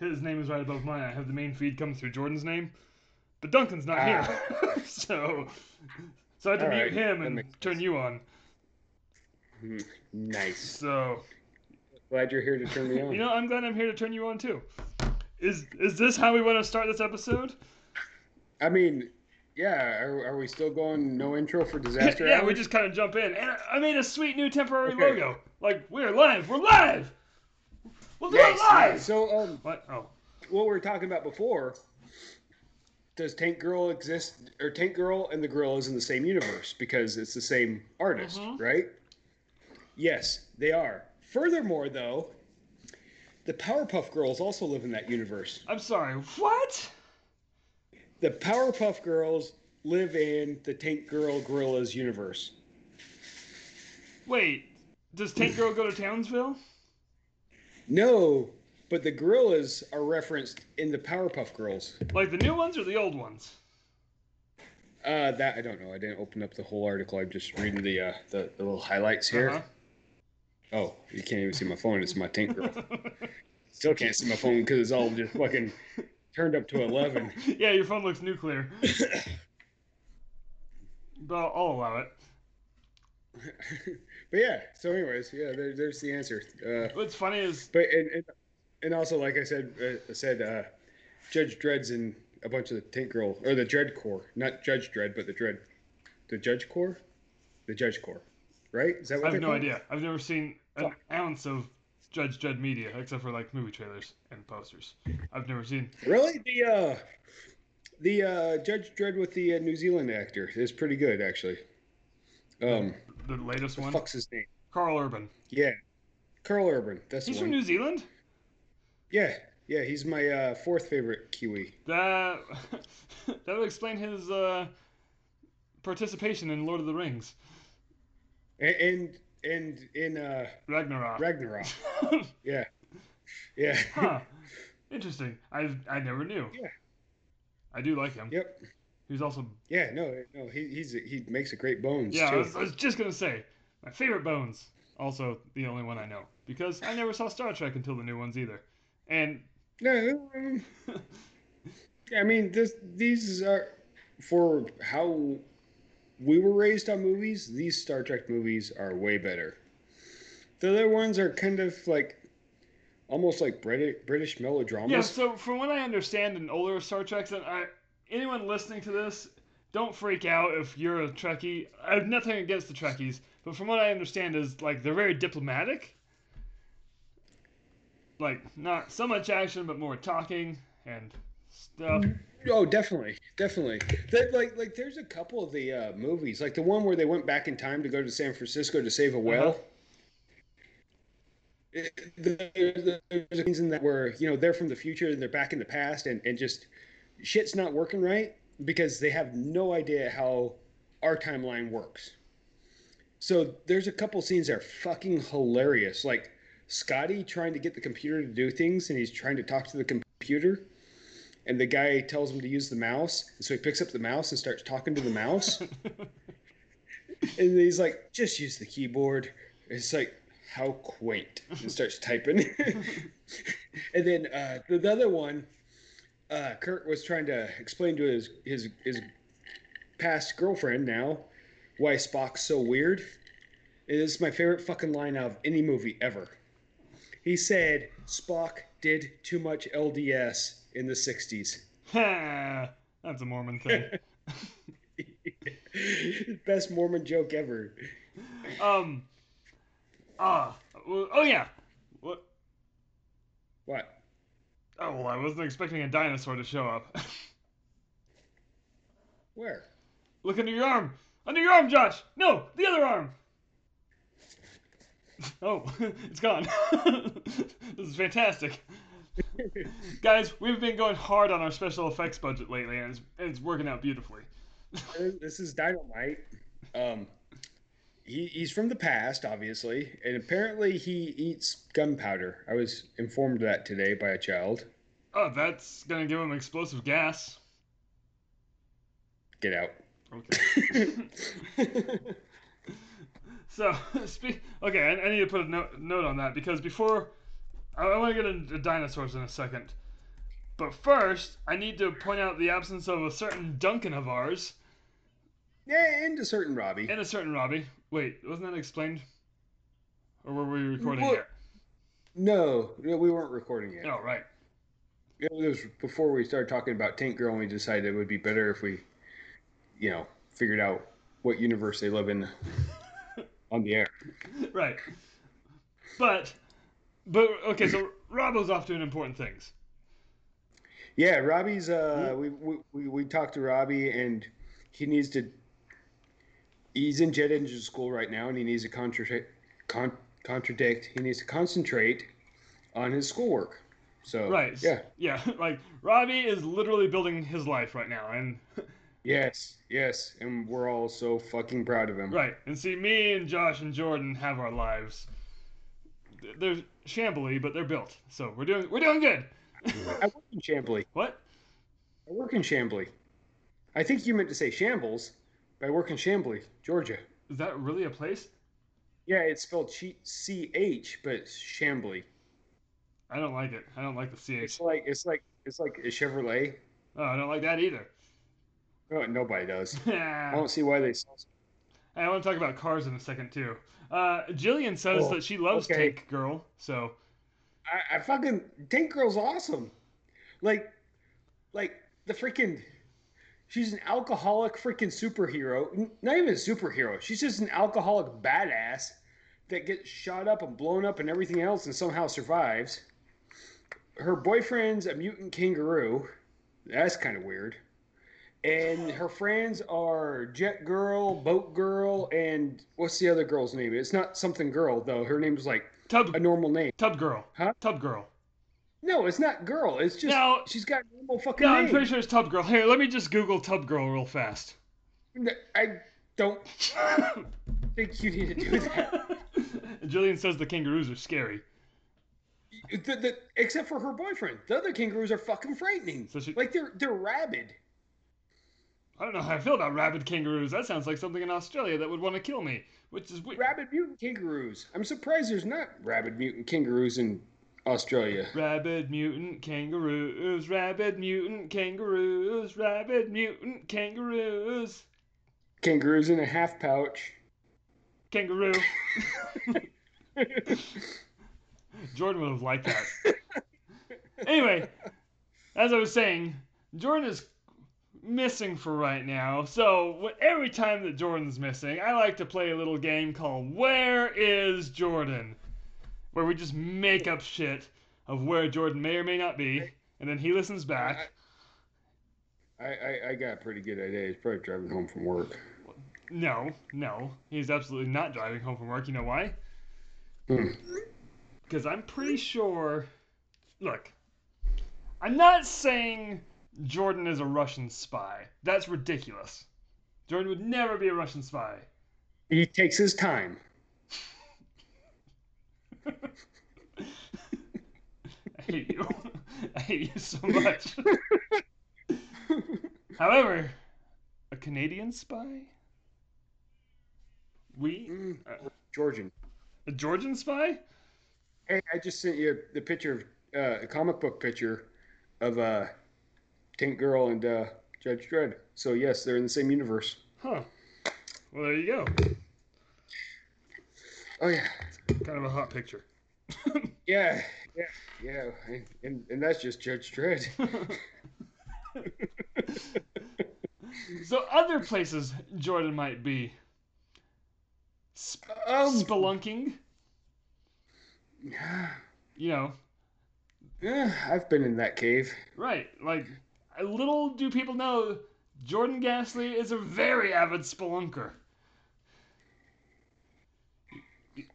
his name is right above mine. I have the main feed come through Jordan's name, but Duncan's not here, so so I had to All mute right, him Ah. that and makes turn sense. you on. Mm, Nice. So Glad you're here to turn me on. you know, I'm glad I'm here to turn you on too. Is is this how we want to start this episode? I mean, yeah. Are, are we still going no intro for disaster? yeah, hour? we just kind of jump in. And I- I made a sweet new temporary Okay. logo. Like we're live. We're live. We'll do Nice, it live. nice. So, um, What? Oh, what we were talking about before. Does Tank Girl exist, or Tank Girl and the Gorillas in the same universe because it's the same artist, Mhm. right? Yes, they are. Furthermore, though, the Powerpuff Girls also live in that universe. I'm sorry. What? The Powerpuff Girls live in the Tank Girl Gorillas universe. Wait. Does Tank Girl go to Townsville? No, but the gorillas are referenced in the Powerpuff Girls. Like the new ones or the old ones? Uh, that I don't know. I didn't open up the whole article. I'm just reading the uh, the, the little highlights here. Uh-huh. Oh, you can't even see my phone. It's my Tank Girl. Uh-huh. Still can't see my phone because it's all just fucking turned up to eleven. yeah, your phone looks nuclear. but I'll, I'll allow it. but yeah. So, anyways, yeah. There, there's the answer. Uh, What's funny is But and and, and also, like I said, uh, I said uh, Judge Dredd's in a bunch of the Tank Girl or the Dread Corps, not Judge Dredd, but the Dread, the Judge Corps, the Judge Corps, right? Is that what I have they're no called? idea. I've never seen an Fuck. ounce of Judge Judd media except for like movie trailers and posters. I've never seen. Really, the uh, the uh, Judge Dredd with the uh, New Zealand actor is pretty good, actually. Um, The latest the one, fuck's his name? Carl Urban. Yeah, Carl Urban. That's He's the one. from New Zealand. yeah, yeah, he's my uh, fourth favorite Kiwi. That that would explain his uh, participation in Lord of the Rings, And and, and in uh, Ragnarok. Ragnarok. Yeah, yeah. huh. Interesting. I I never knew. Yeah. I do like him. Yep. He's also Yeah, no, no, he he's he makes a great bones yeah. I too. was, I was just gonna say my favorite Bones. Also the only one I know because I never saw Star Trek until the new ones either. And No, um, yeah, I mean, this these are for how we were raised on movies. These Star Trek movies are way better. The other ones are kind of like almost like British British yeah, melodramas. so from what I understand in older Star Treks, and I anyone listening to this, don't freak out if you're a Trekkie. I have nothing against the Trekkies, but from what I understand is like they're very diplomatic. Like not so much action, but more talking and stuff. Oh, definitely, definitely. That like like there's a couple of the uh, movies, like the one where they went back in time to go to San Francisco to save a whale. Uh-huh. It- there- There's a reason that where you know they're from the future and they're back in the past and and just shit's not working right because they have no idea how our timeline works. So there's a couple scenes that are fucking hilarious, like Scotty trying to get the computer to do things and he's trying to talk to the computer and the guy tells him to use the mouse. And so he picks up the mouse and starts talking to the mouse. and he's like, just use the keyboard. It's like, how quaint. And starts typing. and then uh, the, the other one, uh, Kurt was trying to explain to his, his, his past girlfriend now why Spock's so weird. It is my favorite fucking line out of any movie ever. He said, Spock did too much LDS in the 60s. That's a Mormon thing. Best Mormon joke ever. um. Ah. well oh yeah. What? What? Oh, well, I wasn't expecting a dinosaur to show up. Where? Look under your arm. Under your arm, Josh. No, the other arm. Oh, it's gone. this is fantastic. Guys, we've been going hard on our special effects budget lately, and it's, and it's working out beautifully. This is Dynamite. Um, he, he's from the past, obviously, and apparently he eats gunpowder. I was informed of that today by a child. Oh, that's gonna give him explosive gas. Get out. Okay. So, speak. Okay, I, I need to put a note, note on that because before I, I want to get into dinosaurs in a second, But first, I need to point out the absence of a certain Duncan of ours Yeah, and a certain Robbie. and a certain Robbie. Wait, wasn't that explained? Or were we recording Well- here? No, no, we weren't recording yet. Oh, right. It was before we started talking about Tank Girl, and we decided it would be better if we, you know, figured out what universe they live in on the air. Right. But, but okay. So Robbo's off doing important things. Yeah, Robbie's. Uh, we, we we we talked to Robbie, and he needs to. He's in jet engine school right now, and he needs to contradict. Con- contradict. He needs to concentrate on his schoolwork. So Right. Yeah. Yeah. Like Robbie is literally building his life right now, and Yes. Yes. And we're all so fucking proud of him. right. And see, me and Josh and Jordan have our lives. They're shambly, but they're built. So we're doing we're doing good. I work in Chambly. What? I work in Chambly. I think you meant to say shambles, but I work in Chambly, Georgia. Is that really a place? Yeah, it's spelled C H, but it's Chambly. I don't like it. I don't like the ch. It's like it's like it's like a Chevrolet. Oh, I don't like that either. Oh, nobody does. I I don't see why they. sell- want to talk about cars in a second too. Uh, Jillian says Oh, that she loves okay. Tank Girl, so I, I fucking Tank Girl's awesome. Like, like the freaking. She's an alcoholic freaking superhero. N- Not even a superhero. She's just an alcoholic badass that gets shot up and blown up and everything else and somehow survives. Her boyfriend's a mutant kangaroo. That's kind of weird. And her friends are Jet Girl, Boat Girl, and what's the other girl's name? It's not something girl, though. Her name's like Tub a normal name. Tub Girl, Huh? Tub Girl. No, it's not girl. It's just No. she's got a normal fucking No, name. I'm pretty sure it's Tub Girl. Here, let me just Google Tub Girl real fast. N- I don't think you need to do that. Jillian says the kangaroos are scary. The- the- except for her boyfriend, the other kangaroos are fucking frightening. So she- like they're they're rabid. I don't know how I feel about rabid kangaroos. That sounds like something in Australia that would want to kill me, which is weird. Rabid mutant kangaroos. I'm surprised there's not rabid mutant kangaroos in Australia. Rabid mutant kangaroos, rabid mutant kangaroos, rabid mutant kangaroos, Kangaroos in a half pouch. kangaroo. Jordan would have liked that. anyway, as I was saying, Jordan is missing for right now. So wh- every time that Jordan's missing, I like to play a little game called Where is Jordan? Where we just make up shit of where Jordan may or may not be, and then he listens back. I, I, I got a pretty good idea. He's probably driving home from work. No, no, he's absolutely not driving home from work. You know why? Hmm. Because I'm pretty sure. Look, I'm not saying Jordan is a Russian spy. That's ridiculous. Jordan would never be a Russian spy. He takes his time. I hate you. I hate you so much. Mm. However, a Canadian spy? We? Mm, Georgian. A Georgian spy? Hey, I just sent you the picture of uh, a comic book picture of uh, Tank Girl and uh, Judge Dredd. So yes, they're in the same universe. Huh. Well, there you go. Oh yeah, Kind of a hot picture. yeah, yeah, yeah. And and, and that's just Judge Dredd. So other places Jordan might be Sp- Um, spelunking. You know, yeah, I've been in that cave. right? Like, little do people know Jordan Gasly is a very avid spelunker.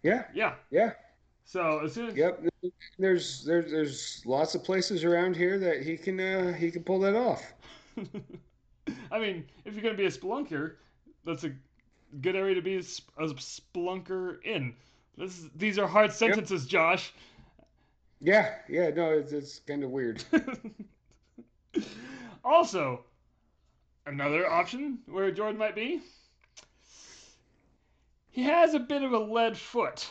Yeah, Yeah. yeah, So as soon as yep. There's there's there's lots of places around here that he can uh, he can pull that off. I mean, if you're gonna be a spelunker, that's a good area to be a, sp- a spelunker in. This is, these are hard sentences, Josh. Yeah, yeah. No, it's, it's kind of weird. also, another option where Jordan might be. He has a bit of a lead foot.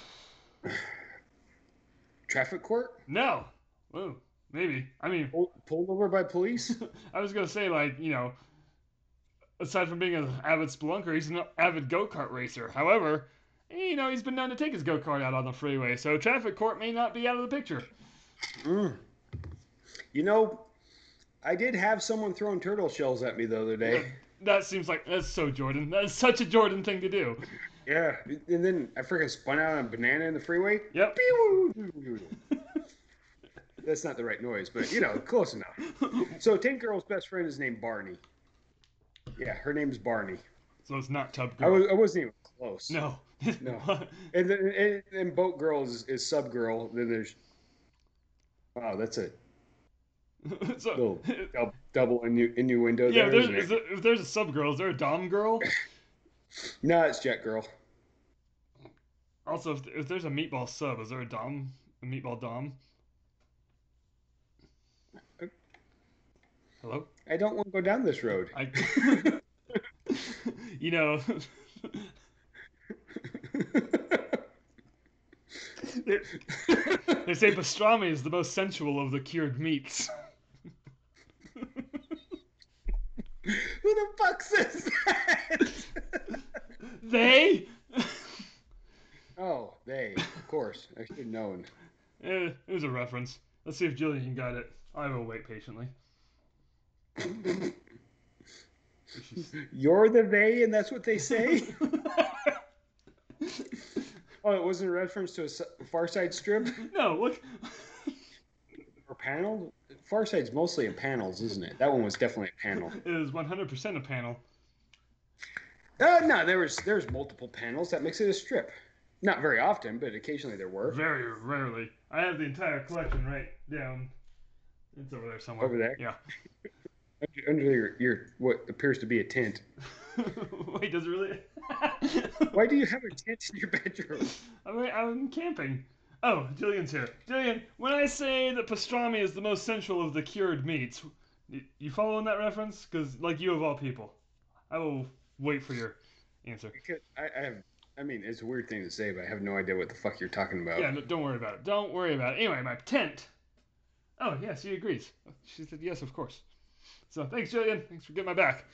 Traffic court. No. Whoa. Maybe. I mean, Pull- Pulled over by police? I was gonna say like you know, aside from being an avid spelunker, he's an avid go kart racer. However, you know he's been known to take his go kart out on the freeway, so traffic court may not be out of the picture. Mm. You know, I did have someone throwing turtle shells at me the other day. That seems like that's so Jordan. That's such a Jordan thing to do. Yeah. And then I freaking spun out on a banana in the freeway. Yep. That's not the right noise, but you know, close enough. So, Tank Girl's best friend is named Barney. Yeah, her name's Barney. So it's not Tub I, Girl. was, I wasn't even close. Hmm. No. No. And then and, and Boat Girl is, is Sub Girl. Then there's. Wow, that's a so, little dou- double innu- innuendo yeah, there. if there's, isn't it? is there, if there's a sub girl, is there a dom girl? No, it's Jet Girl. Also, if, if there's a meatball sub, is there a dom? A meatball dom? Hello. I don't want to go down this road. I. you know, they say pastrami is the most sensual of the cured meats. Who the fuck says that? They. oh, they. Of course. I should have known. Eh, it was a reference. Let's see if Jillian got it. I will wait patiently. She's- You're the they, and that's what they say? oh, it wasn't a reference to a s- Far Side strip no, look. or panel? Far Side's mostly in panels, isn't it? That one was definitely a panel. It is 100% a panel. Uh, no, there was there's multiple panels. That makes it a strip. Not very often, but occasionally there were. Very rarely. I have the entire collection right down. It's over there somewhere. Over there? Yeah. Under, under your, your what appears to be a tent. Wait, does it really? Why do you have a tent in your bedroom? I'm, I'm camping. Oh, Jillian's here. Jillian, when I say that pastrami is the most sensual of the cured meats, y- you following that reference? Because, like you of all people, I will wait for your answer. Because I, I have, I mean, it's a weird thing to say, but I have no idea what the fuck you're talking about. Yeah, no, don't worry about it. Don't worry about it. Anyway, my tent. Oh, yes, she agrees. She said yes, of course. So thanks, Jillian. Thanks for getting my back.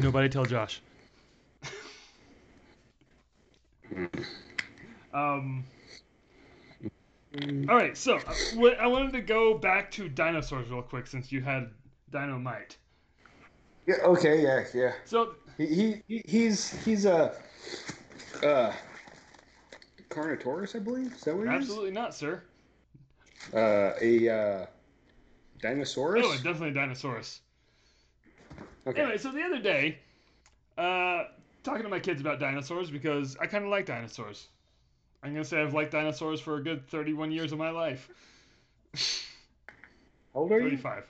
Nobody tell Josh. um. All right, so uh, wh- I wanted to go back to dinosaurs real quick since you had dynamite. Yeah, okay. Yeah. Yeah. So He, he- he he's he's a uh Carnotaurus, I believe. Is that what he absolutely not, sir. is? Uh, a uh, dinosaurus. Oh, definitely a dinosaurus. okay. Anyway, so the other day, uh, talking to my kids about dinosaurs because I kind of like dinosaurs. I'm gonna say I've liked dinosaurs for a good 31 years of my life. How old are you? 35.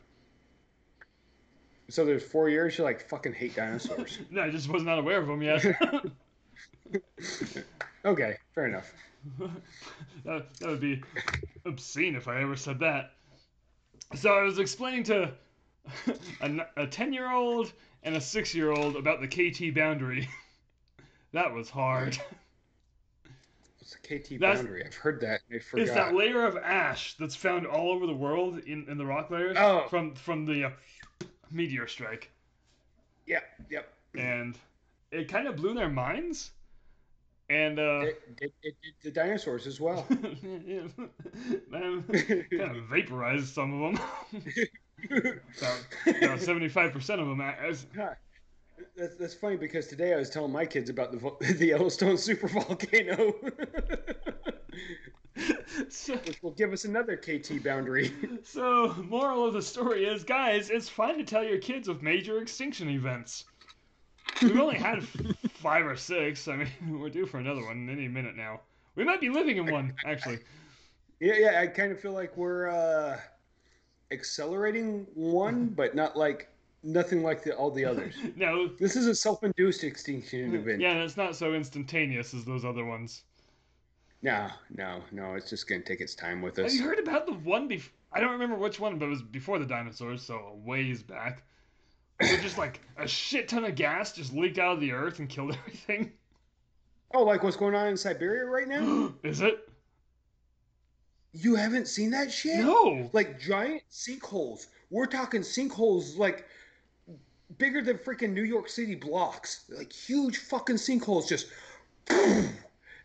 So there's four years. You like fucking hate dinosaurs. No, I just was not aware of them yet. that, okay, fair enough. that would be obscene if I ever said that. So I was explaining to a 10 year old and a 6 year old about the KT boundary. that was hard. What's the KT That's- boundary? I've heard that. and I forgot. It's that layer of ash that's found all over the world in, in the rock layers Oh. from from the uh, meteor strike, Yep. Yep. and it kind of blew their minds. And uh, It, it, it, did the dinosaurs as well. kind of vaporized some of them. About seventy five percent of them. As, That's, that's funny because today I was telling my kids about the vo- the Yellowstone super volcano, so, which will give us another KT boundary. so, moral of the story is, guys, it's fine to tell your kids of major extinction events. We've only had f- five or six. I mean, we're due for another one any minute now. We might be living in one, actually. yeah, yeah. I kind of feel like we're uh, accelerating one, but not like nothing like the, all the others. No, This is a self-induced extinction event. Mm, yeah, it's not so instantaneous as those other ones. No, no, no. It's just gonna take its time with Have us. you heard about the one before? I don't remember which one, but it was before the dinosaurs, so a ways back. Where just like a shit ton of gas just leaked out of the earth and killed everything. Oh, like what's going on in Siberia right now? Is it? You haven't seen that shit? No. Like giant sinkholes. We're talking sinkholes like bigger than freaking New York City blocks. Like huge fucking sinkholes just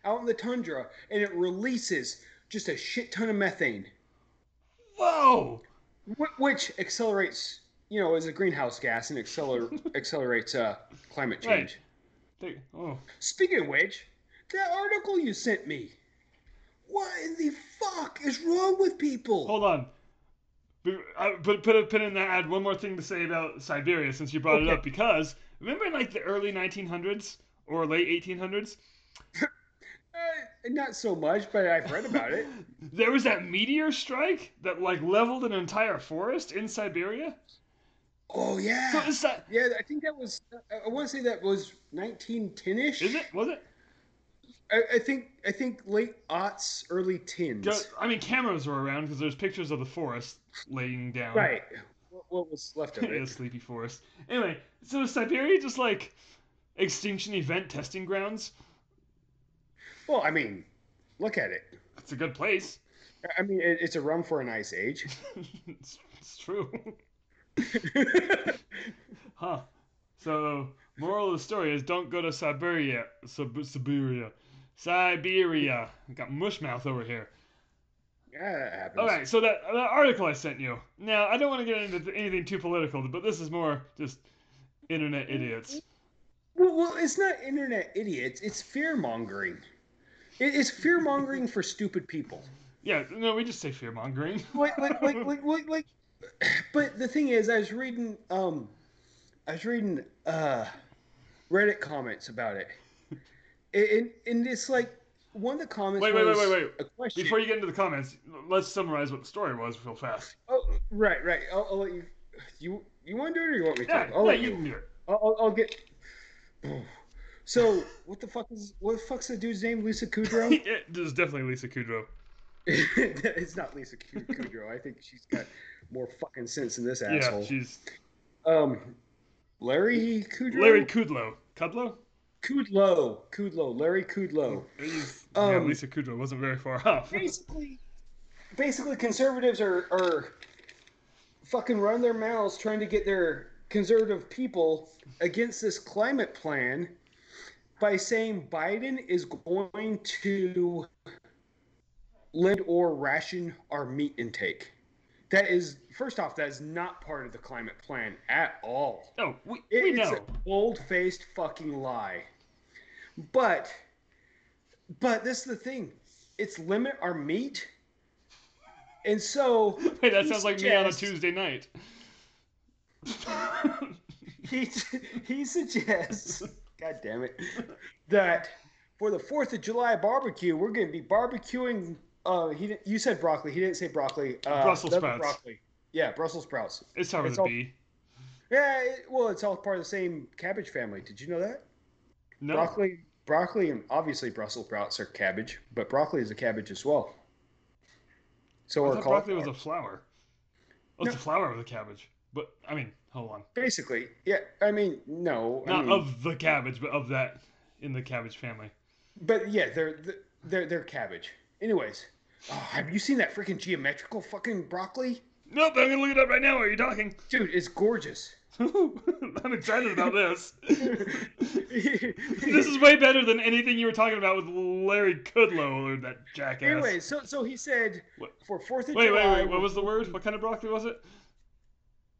out in the tundra and it releases just a shit ton of methane, Whoa. wh- which accelerates, you know, as a greenhouse gas and acceler- accelerates uh, climate Right. change. They- oh. Speaking of which, that article you sent me. What in the fuck is wrong with people? Hold on. Be- I- Put, put a pin in that. I had one more thing to say about Siberia since you brought it Okay. up because remember in like the early 1900s or late 1800s, Uh, not so much, but I've read about it. there was that meteor strike that like leveled an entire forest in Siberia. oh So yeah, is that yeah. I think that was. I- I want to say that was 1910ish. is it? Was it? I, I think. I think late aughts, early tens. Go- I mean, cameras were around because there's pictures of the forest laying down. Right. What, what was left of in a it? sleepy forest. Anyway, so is Siberia just like extinction event testing grounds? well, I mean, look at it. It's a good place. I mean, it, it's a rum for an ice age. it's, it's true. Huh. So, moral of the story is don't go to Siberia. Sib- Siberia. Siberia. I got mush mouth over here. yeah, that happens. All right, so that, that article I sent you. Now, I don't want to get into th- anything too political, but this is more just internet idiots. Well, well, it's not internet idiots. It's fear mongering. It, it's fear mongering for stupid people. Yeah, no, we just say fear mongering. Like, like, like, like, like, like. But the thing is, I was reading, um, I was reading uh, Reddit comments about it, and and it's like one of the comments. Wait, wait, wait, was wait, wait. A question. Before you get into the comments, let's summarize what the story was real fast. Oh, right, right. I'll, I'll let you. You you want to do it or you want me to? Yeah, I'll yeah let you oh, you. can do it. I'll, I'll, I'll get. So what the fuck is what the fuck's the dude's name? Lisa Kudrow. Yeah, this is definitely Lisa Kudrow. it's not Lisa Cu- Kudrow. I think she's got more fucking sense than this asshole. Yeah, she's um, Larry Kudrow. Larry Kudlow. Kudlow? Kudlow. Kudlow. Larry Kudlow. He's- yeah, Um, Lisa Kudrow wasn't very far off. Basically, basically, conservatives are are fucking run their mouths trying to get their conservative people against this climate plan by saying Biden is going to limit or ration our meat intake. That is, first off, that is not part of the climate plan at all. No, we, It- we it's know. a bold-faced fucking lie. But, but this is the thing: it's limit our meat, and so Wait, that he sounds like me on a suggests- Tuesday night. he he suggests, God damn it, that for the Fourth of July barbecue, we're going to be barbecuing. Uh, he didn't, you said broccoli. He didn't say broccoli. Uh, Brussels leather sprouts. Broccoli. Yeah, Brussels sprouts. it's time with It's a all- B. Yeah, it, well, it's all part of the same cabbage family. Did you know that? No. Broccoli, broccoli, and obviously Brussels sprouts are cabbage, but broccoli is a cabbage as well. So I we're thought called broccoli was a flower. Oh, it's a flower of the cabbage. But, I mean, hold on. basically, yeah. I mean, no, I Not mean, of the cabbage, but of that in the cabbage family. but yeah, they're they're they're cabbage. Anyways, oh, have you seen that freaking geometrical fucking broccoli, Nope, I'm going to look it up right now. Are you talking? dude? It's gorgeous. I'm excited about this. this this is way better than anything you were talking about with Larry Kudlow or that jackass. Anyways, so so he said What? for Fourth of wait, July. wait, wait. What was the word? What kind of broccoli was it?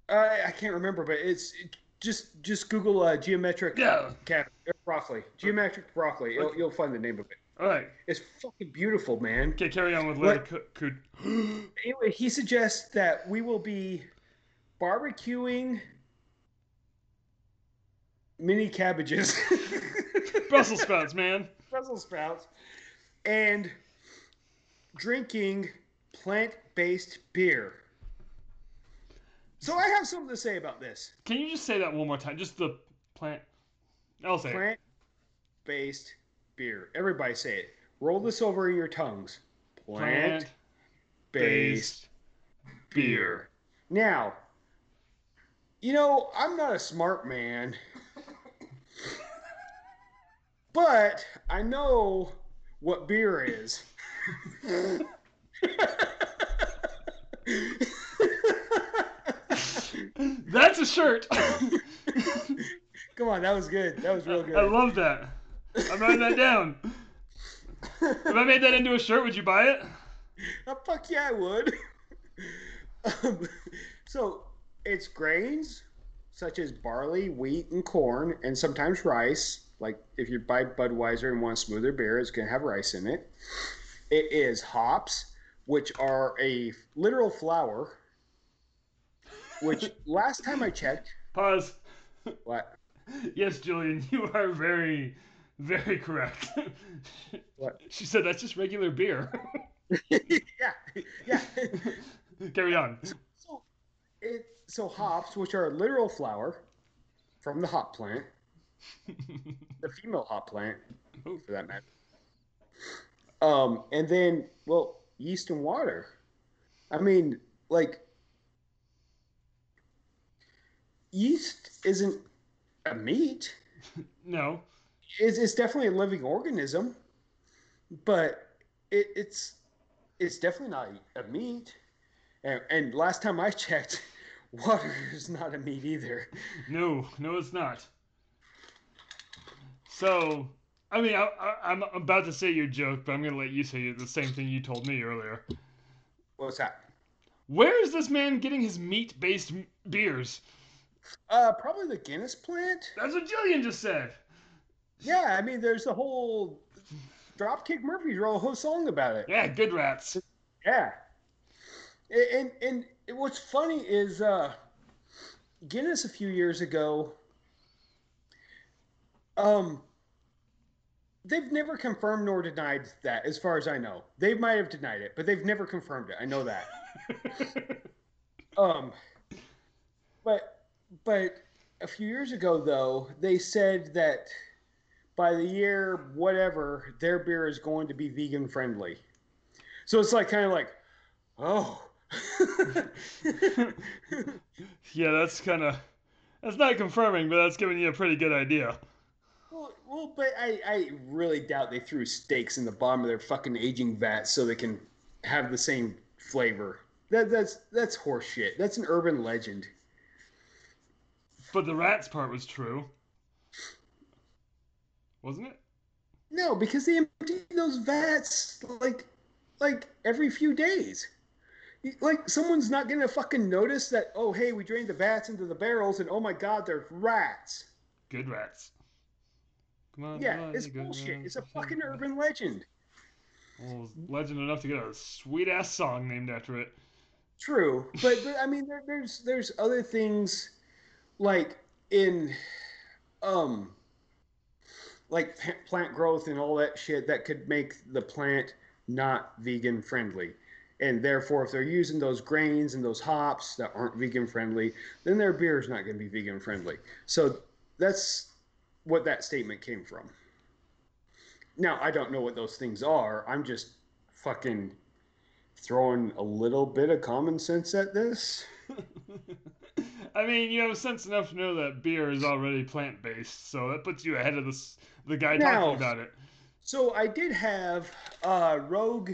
I, I can't remember, but it's just just Google uh, geometric Yeah. cab- er, broccoli, geometric broccoli. You'll, you'll find the name of it. All right. It's fucking beautiful, man. Okay, carry on with Larry What? Kud. Kud- Anyway, he suggests that we will be barbecuing mini cabbages, Brussels sprouts, man. Brussels sprouts, and drinking plant-based beer. So I have something to say about this. Can you just say that one more time? Just the plant. I'll say. it. plant based beer. Everybody say it. Roll this over your tongues. Plant based Plant-based beer. Now, you know, I'm not a smart man, but I know what beer is. the shirt. Come on, that was good. That was real good. I love that. I'm writing that down. If I made that into a shirt, would you buy it? Oh, fuck yeah, I would. um, so it's grains such as barley, wheat, and corn, and sometimes rice. Like if you buy Budweiser and want a smoother beer, it's gonna have rice in it. It is hops, which are a literal flower. Which last time I checked, Pause. what? Yes, Julian, you are very, very correct. What? She said that's just regular beer. yeah, yeah. Carry on. So, it so hops, which are a literal flower from the hop plant, the female hop plant, Oh. for that matter. Um, and then, well, yeast and water. I mean, like, yeast isn't a meat. No. It's, it's definitely a living organism, but it, it's it's definitely not a meat. And, and last time I checked, water is not a meat either. No, no, it's not. So, I mean, I, I, I'm about to say your joke, but I'm going to let you say the same thing you told me earlier. What's that? Where is this man getting his meat based beers? Uh, probably the Guinness plant. That's what Jillian just said. Yeah, I mean, there's the whole Dropkick Murphys wrote a whole song about it. Yeah, good rats. Yeah. A- And and what's funny is uh, Guinness a few years ago. Um, they've never confirmed nor denied that, as far as I know. They might have denied it, but they've never confirmed it. I know that. Um, but but a few years ago, though, they said that by the year whatever, their beer is going to be vegan friendly. So it's like kind of like, oh, yeah, that's kind of. That's not confirming, but that's giving you a pretty good idea. well, well, but I I really doubt they threw steaks in the bottom of their fucking aging vat so they can have the same flavor. That that's that's horseshit. That's an urban legend. But the rats part was true. Wasn't it? No, because they empty those vats like like every few days. Like someone's not gonna fucking notice that. Oh, hey, we drained the vats into the barrels, and oh my god, there's rats. Good rats. Come on. Yeah, come on, it's you good bullshit. rats. It's a fucking urban legend. Well, legend enough to get a sweet ass song named after it. True, but, but I mean, there, there's there's other things like in um like pa- plant growth and all that shit that could make the plant not vegan friendly. And therefore, if they're using those grains and those hops that aren't vegan friendly, then their beer is not going to be vegan friendly. So that's what that statement came from. Now, I don't know what those things are. I'm just fucking throwing a little bit of common sense at this. I mean, you have sense enough to know that beer is already plant based, so that puts you ahead of this the guy Now- talking about it. So I did have uh, Rogue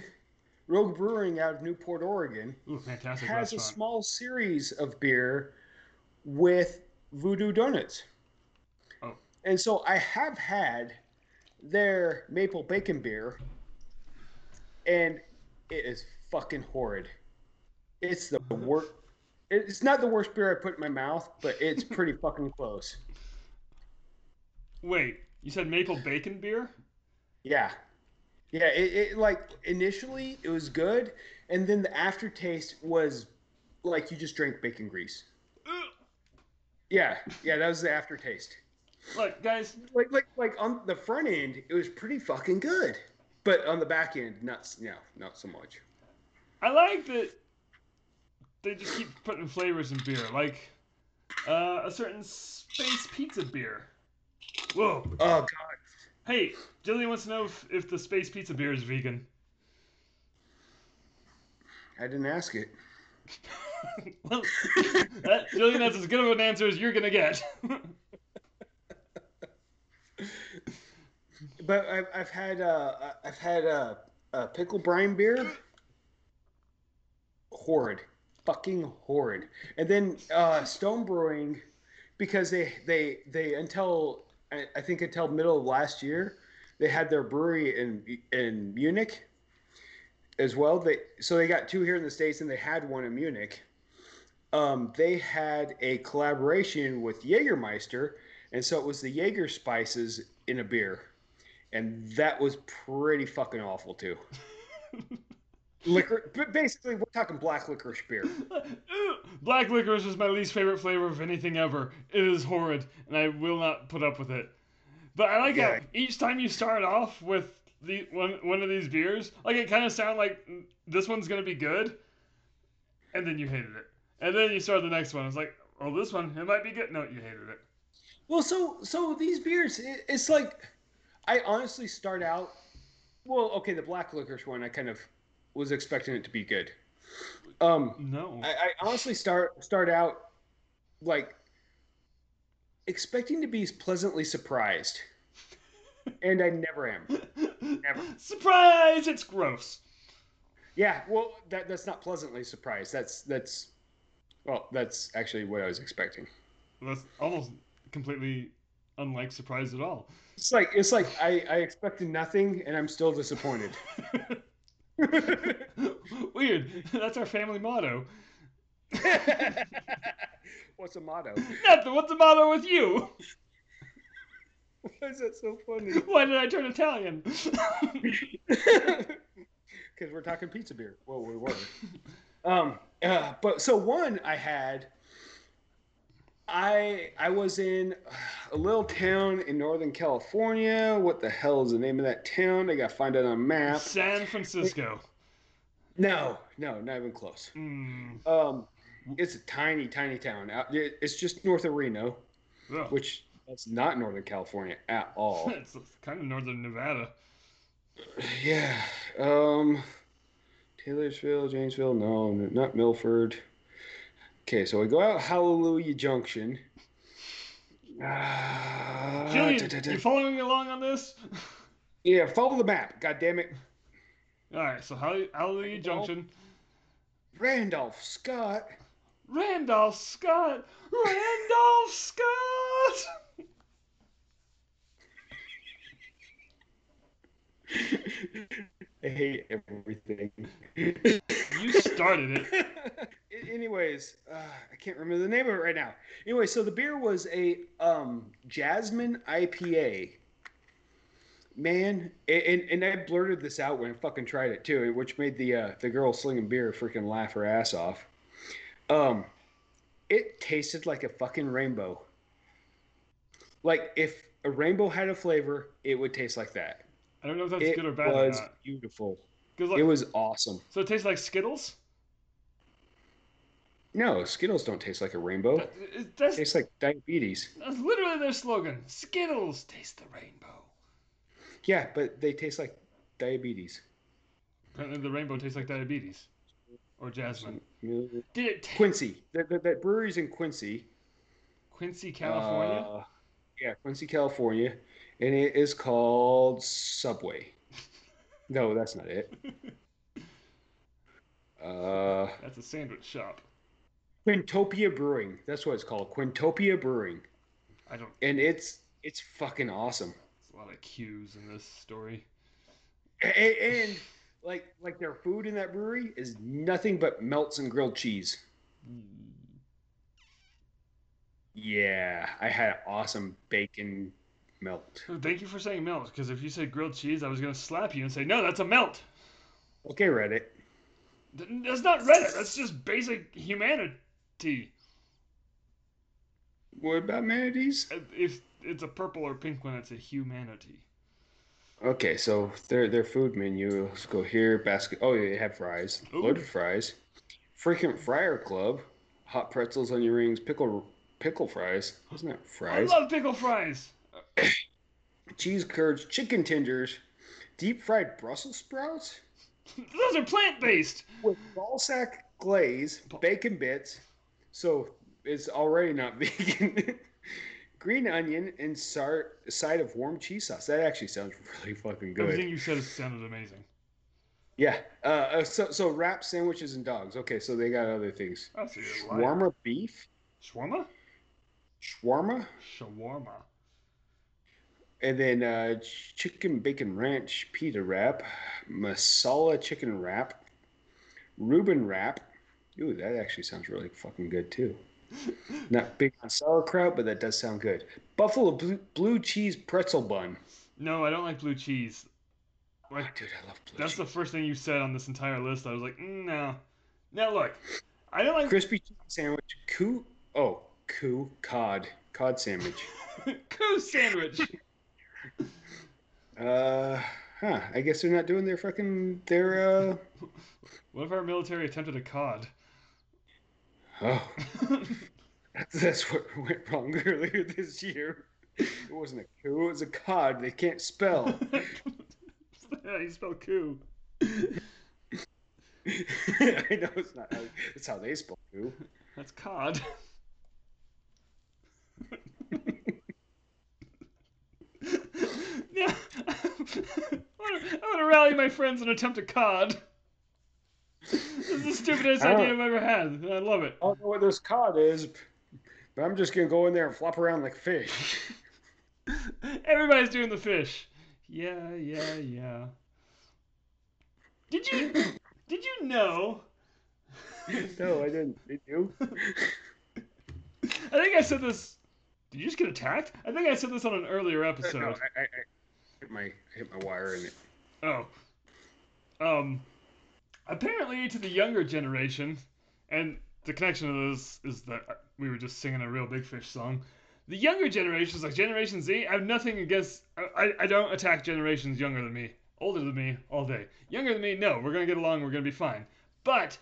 Rogue Brewing out of Newport, Oregon, Ooh, fantastic has a restaurant. small series of beer with Voodoo Donuts. Oh. And so I have had their maple bacon beer, and it is fucking horrid. It's the worst. It's not the worst beer I put in my mouth, but it's pretty fucking close. Wait, you said maple bacon beer? Yeah. Yeah, it, it like initially it was good, and then the aftertaste was like you just drank bacon grease. Ugh. Yeah, yeah, that was the aftertaste. Look, guys, Like like like on the front end, it was pretty fucking good, but on the back end, not s- no, not so much. I like that they just keep putting flavors in beer, like uh, a certain space pizza beer. Whoa! Oh god, Hey, Jillian wants to know if, if the space pizza beer is vegan. I didn't ask it. well, that, Jillian, that's as good of an answer as you're gonna get. But I've, I've had uh I- I've had uh, a pickle brine beer. Horrid. fucking horrid. And then uh, Stone Brewing, because they they they until I, I think until middle of last year, they had their brewery in in Munich as well. They so they got two here in the states, and they had one in Munich. Um, they had a collaboration with Jägermeister, and so it was the Jaeger spices in a beer, and that was pretty fucking awful too. Liquor, but basically, we're talking black licorice beer. Ew. Black licorice is my least favorite flavor of anything ever. It is horrid, and I will not put up with it. But I like Yeah. how each time you start off with the one one of these beers, like it kind of sound like "Mm, this one's gonna be good, and then you hated it, and then you start the next one. It's like, oh, this one it might be good. No, you hated it. Well, so so these beers, it, it's like I honestly start out. Well, okay, the black licorice one, I kind of was expecting it to be good. Um, No. I, I honestly start start out like expecting to be pleasantly surprised, and I never am. Never. Surprise! It's gross. Yeah, well, that that's not pleasantly surprised. That's that's well, that's actually what I was expecting. That's almost completely unlike surprise at all. It's like it's like I I expected nothing, and I'm still disappointed. Weird. That's our family motto. What's a motto? Nothing. What's the motto with you? Why is that so funny? Why did I turn Italian? Because we're talking pizza beer. Well, we were. Um, uh, but so one I had, I I was in uh, a little town in Northern California. What the hell is the name of that town? I gotta find it on a map. San Francisco. No, no, not even close. Mm. Um, it's a tiny, tiny town. Out- it- It's just north of Reno, Ugh. which that's not Northern California at all. it's kind of northern Nevada. Yeah. Um, Taylorsville, Janesville, no, n- not Milford. Okay, so we go out Hallelujah Junction. Ah, Jillian, da- da- you da- following me along on this? yeah, follow the map. God damn it. All right. So Hall- Hallelujah Randolph. Junction. Randolph Scott. Randolph Scott. Randolph Scott. I hate everything. You started it. A- Anyways, uh, I can't remember the name of it right now. Anyway, so the beer was a um, Jasmine IPA. Man, a- and, and I blurted this out when I fucking tried it too, which made the uh, the girl slinging beer freaking laugh her ass off. Um, it tasted like a fucking rainbow. Like if a rainbow had a flavor, it would taste like that. I don't know if that's it good or bad. was or not. beautiful. 'Cause, it Like, was awesome. so it tastes like Skittles. No, Skittles don't taste like a rainbow. That- it- that's, tastes like diabetes. that's literally their slogan. Skittles taste the rainbow. Yeah, but they taste like diabetes. Apparently, the rainbow tastes like diabetes or jasmine. Did it taste Quincy. That, that, that brewery's in Quincy. Quincy, California? Uh, yeah, Quincy, California. And it is called Subway. No, that's not it. Uh, That's a sandwich shop. Quintopia Brewing. That's what it's called. Quintopia Brewing. I don't. And it's it's fucking awesome. There's a lot of cues in this story. And, and like like their food in that brewery is nothing but melts and grilled cheese. Yeah, I had awesome bacon melt. Thank you for saying melt, because if you said grilled cheese, I was gonna slap you and say, "No, that's a melt. Okay, Reddit. Th- That's not Reddit. That's just basic humanity. What about manatees? If Uh, it's a purple or pink one, it's a humanity. Okay, so their their food menu. Let's go here. Basket. Oh, yeah, they have fries. Ooh. Loaded fries. Freaking Fryer Club. Hot pretzels, onion rings, pickle pickle fries. Isn't that fries? I love pickle fries. Cheese curds, chicken tenders, deep fried Brussels sprouts Those are plant based. with ballsack glaze, bacon bits. So it's already not vegan. Green onion and sar- side of warm cheese sauce. That actually sounds really fucking good. Everything you said sounded amazing. Yeah. Uh, uh, so so wrap sandwiches and dogs. Okay, so they got other things. That's a good line. Shawarma beef, Shawarma? shawarma, Shawarma. and then uh, ch- chicken bacon ranch pita wrap, masala chicken wrap, Reuben wrap. Ooh, that actually sounds really fucking good too. Not big on sauerkraut, but that does sound good. Buffalo blue, blue cheese pretzel bun. No, I don't like blue cheese. Oh, Like, dude, I love blue That's cheese. the first thing you said on this entire list. I was like, mm, no. Now look, I don't like crispy chicken sandwich. Coo. Oh, coo cod cod sandwich. coos sandwich. Uh, huh. I guess they're not doing their fucking their uh. What if our military attempted a cod? Oh, that's what went wrong earlier this year. It wasn't a coup. It was a cod. They can't spell. yeah, you spell coo. I know it's not. How, it's how they spell coup. That's cod. yeah, I'm gonna rally my friends and attempt a cod. This is the stupidest I don't- idea I've ever had. and I love it. I don't know what this cod is, but I'm just gonna go in there and flop around like a fish. Everybody's doing the fish. Yeah, yeah, yeah. Did you did you know? no, I didn't. Did you? I think I said this. Did you just get attacked? I think I said this on an earlier episode. No, I, I, I hit my I hit my wire in it. Oh. Um apparently to the younger generation and the connection to this is that we were just singing a real big fish song. The younger generations, like Generation Z, I have nothing against. I, I- I don't attack generations younger than me, older than me, all day. Younger than me, no, we're gonna get along, we're gonna be fine. But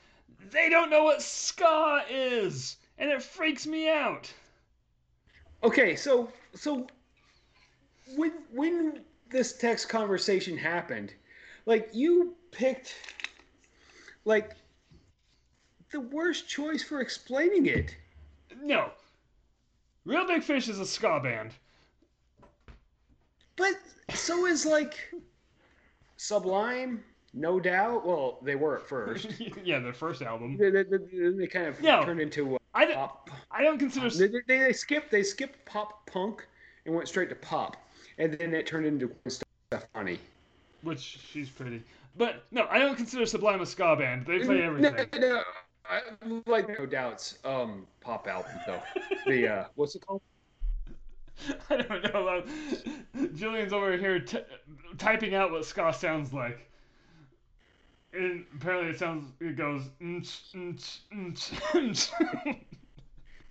they don't know what ska is, and it freaks me out. Okay, so so when when this text conversation happened, like you picked like the worst choice for explaining it. No, Real Big Fish is a ska band. But so is like Sublime, no doubt. Well, they were at first. yeah, their first album. Then- then- then they kind of No. turned into a I don't, pop. I don't consider They, they, they skipped they skipped pop punk and went straight to pop, and then it turned into Gwen Stefani. Which she's pretty. But no, I don't consider Sublime a ska band. They play everything. Mm-hmm. No, no, I, like no doubts. Um, pop album though. the uh, what's it called? I don't know. About... Jillian's over here t- typing out what ska sounds like. And apparently it sounds, it goes, "Nch, nch, nch, nch."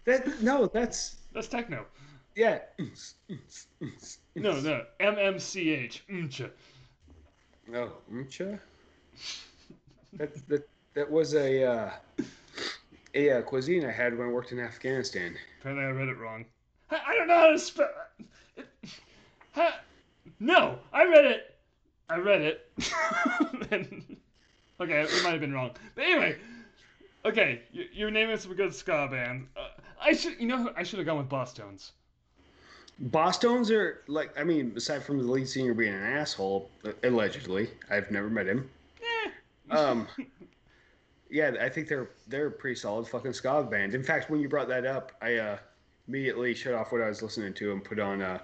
That no, that's that's techno. yeah. No, no, MMCH. mcha. No, Oh, umcha. That that that was a uh, a uh, cuisine I had when I worked in Afghanistan. Apparently I read it wrong. I, I don't know how to spell. How- No, I read it. I read it. And- okay, it might have been wrong. But anyway, okay, you, you're naming some good ska band. Uh, I should, you know, who- I should have gone with Boston's. Boston's are like I mean, aside from the lead singer being an asshole, allegedly, I've never met him. Eh, Um, yeah, I think they're they're a pretty solid fucking ska band. In fact, when you brought that up, I uh, immediately shut off what I was listening to and put on, uh,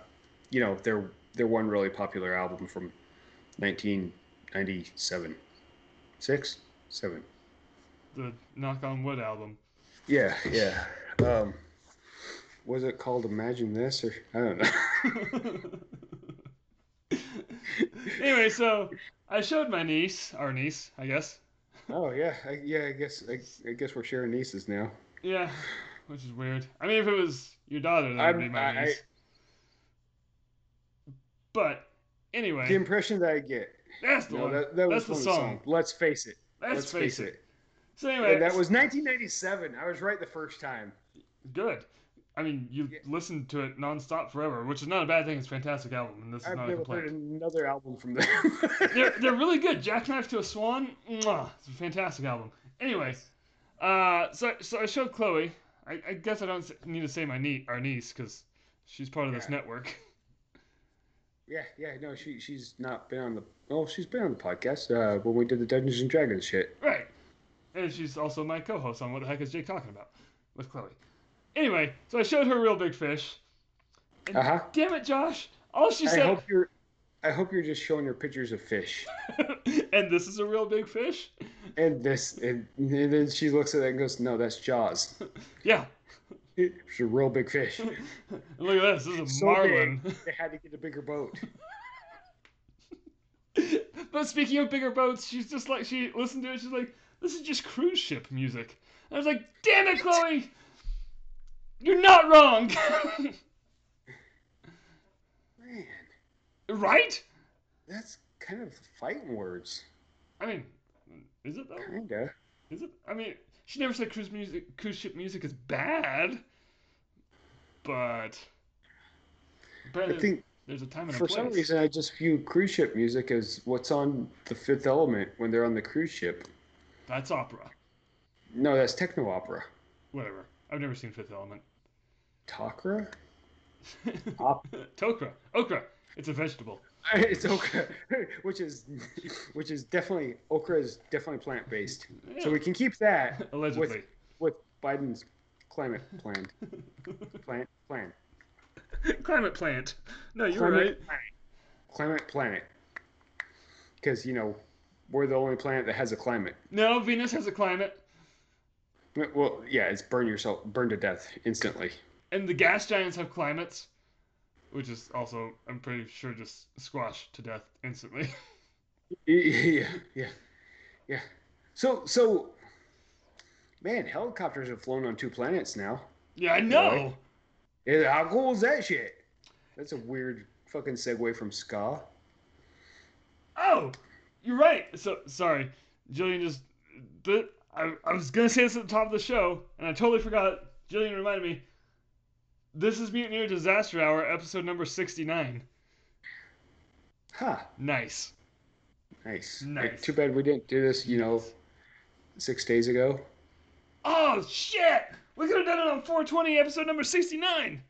you know, their their one really popular album from 1997, six, seven. the Knock on Wood album. Yeah, yeah. Um, was it called Imagine This or I don't know. anyway, so I showed my niece, our niece, I guess. oh yeah, I, yeah. I guess I, I guess we're sharing nieces now. Yeah, which is weird. I mean, if it was your daughter, that I'm- would be my I- niece. But anyway, The impression that I get. that's the No, one. that, that was that's the from song. Let's face it. Let's, face it. So anyway, Yeah, that was 1997. I was right the first time. good. I mean, you Yeah. listened to it nonstop forever, which is not a bad thing. It's a fantastic album, and this is I've not a never heard complaint. another album from them. they're they're really good. Jackknife to a Swan, mwah, it's a fantastic album. Anyway, uh, so so I showed Chloe. I, I guess I don't s- need to say my nie- our niece because she's part of this network. Yeah, yeah, no, she she's not been on the. Oh, she's been on the podcast uh, when we did the Dungeons and Dragons shit. Right. And she's also my co host on What the Heck Is Jake Talking About with Chloe. Anyway, so I showed her Real Big Fish. And Uh-huh. Damn it, Josh. All she I said, hope you're. I hope you're just showing her pictures of fish. and this is a real big fish? And this, and, and then she looks at that and goes, "No, that's Jaws. Yeah. It's a real big fish. And look at this. This is a So marlin. big, they had to get a bigger boat." but speaking of bigger boats, she's just like, she listened to it. She's like, this is just cruise ship music. I was like, damn it, Chloe. You're not wrong. Man, right? that's kind of fighting words, I mean, is it though? kinda. Is it? I mean, she never said cruise music, cruise ship music is bad, but apparently I think there's a time and a for place. some reason I just view cruise ship music as what's on the Fifth Element when they're on the cruise ship. That's opera. No, that's techno opera. Whatever. I've never seen Fifth Element. Takra? Op- Tokra, okra. It's a vegetable. it's okra, which is which is definitely okra is definitely plant based. So we can keep that Allegedly. with Biden's climate plan. Plant plan. Climate plant. No, you're climate right. planet. Climate planet. Because you know we're the only planet that has a climate. No, Venus has a climate, Well, yeah, it's burn yourself, burn to death instantly. and the gas giants have climates, which is also, I'm pretty sure, just squashed to death instantly. Yeah, yeah, yeah. So, so, man, helicopters have flown on two planets now. yeah, I know. Yeah, how cool is that shit? That's a weird fucking segue from ska. Oh, you're right. So sorry, Jillian just. The, I, I was gonna say this at the top of the show, and I totally forgot. Jillian reminded me. This is Mutineer Disaster Hour, episode number sixty-nine. Huh. Nice. Nice. Nice. Too bad we didn't do this, you know, six days ago. Oh shit! We could have done it on 420, episode number sixty-nine.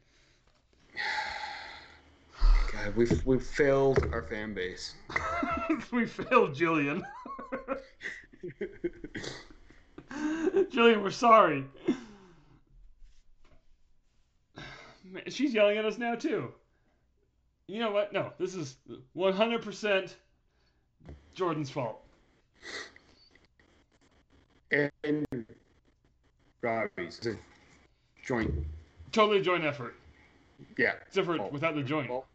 God, we've we've failed our fan base. we failed, Jillian. Jillian, we're sorry. Man, she's yelling at us now too. You know what? No, this is 100% Jordan's fault. And Robbie's it's a joint. Totally joint effort, Yeah. except for Fault. without the joint. Fault.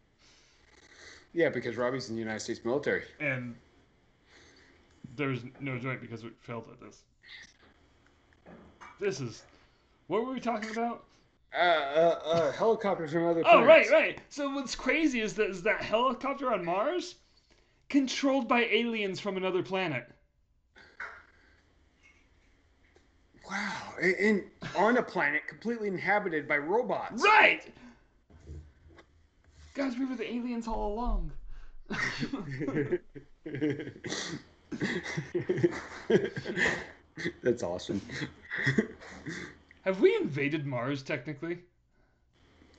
Yeah, because Robbie's in the United States military. And there's no joint because we failed at this. This is what were we talking about? Uh, uh, uh, helicopters from other Oh, right, planets. right. So what's crazy is that is that helicopter on Mars controlled by aliens from another planet. Wow, and, and on a planet completely inhabited by robots. Right. Guys, we were the aliens all along. That's awesome. Have we invaded Mars technically?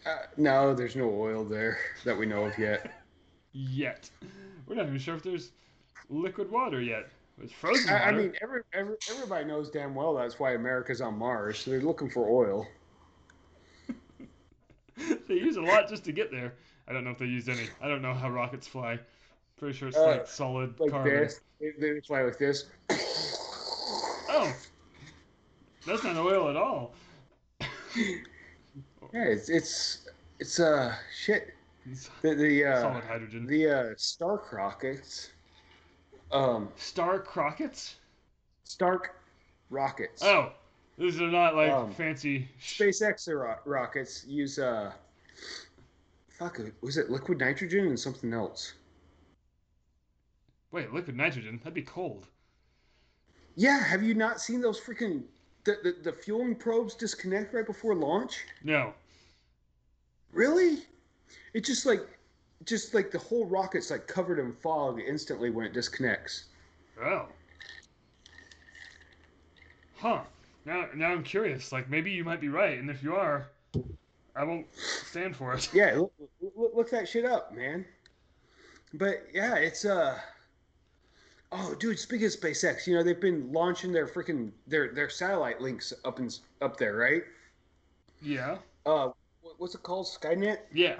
Uh, no, there's no oil there that we know of yet. Yet. We're not even sure if there's liquid water yet. It's frozen I, water. I mean, every, every, everybody knows damn well that's why America's on Mars. So they're looking for oil. they use a lot just to get there. I don't know if they used any. I don't know how rockets fly. Pretty sure it's Uh, like solid Like carbon. this, they, they fly like this. Oh. That's not oil at all. Yeah, it's it's it's uh shit. It's The the uh, solid hydrogen. the uh, Stark rockets. Um, Star Crockets? Stark rockets. Oh, these are not like Um, fancy. sh- SpaceX ro- rockets use uh, fuck, was it liquid nitrogen and something else? Wait, liquid nitrogen? That'd be cold. Yeah, have you not seen those freaking the, the the fueling probes disconnect right before launch? No. Really? It just like, just like the whole rocket's like covered in fog instantly when it disconnects. Oh. Huh. Now, now I'm curious. Like maybe you might be right, and if you are, I won't stand for it. Yeah, look, look, look that shit up, man. But yeah, it's uh Oh, dude, speaking of SpaceX, you know, they've been launching their freaking their their satellite links up in up there, right? Yeah. Uh wh- what's it called? Skynet? Yeah.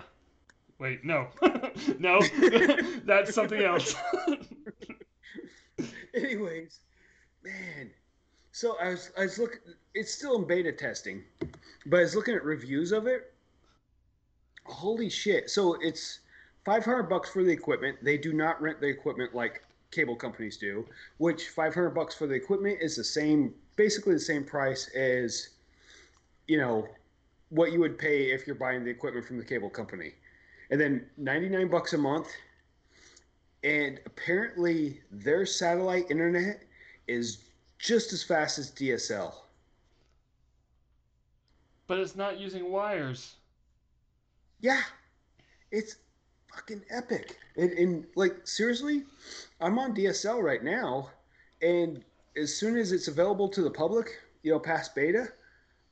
Wait, no. no. That's something else. Anyways, man. So I was I was look it's still in beta testing, but I was looking at reviews of it. Holy shit. So it's 500 bucks for the equipment. They do not rent the equipment like cable companies do, which 500 bucks for the equipment is the same basically the same price as you know what you would pay if you're buying the equipment from the cable company. And then 99 bucks a month and apparently their satellite internet is just as fast as DSL. but it's not using wires. Yeah, it's fucking epic. And, and like seriously, I'm on DSL right now, and as soon as it's available to the public, you know, past beta,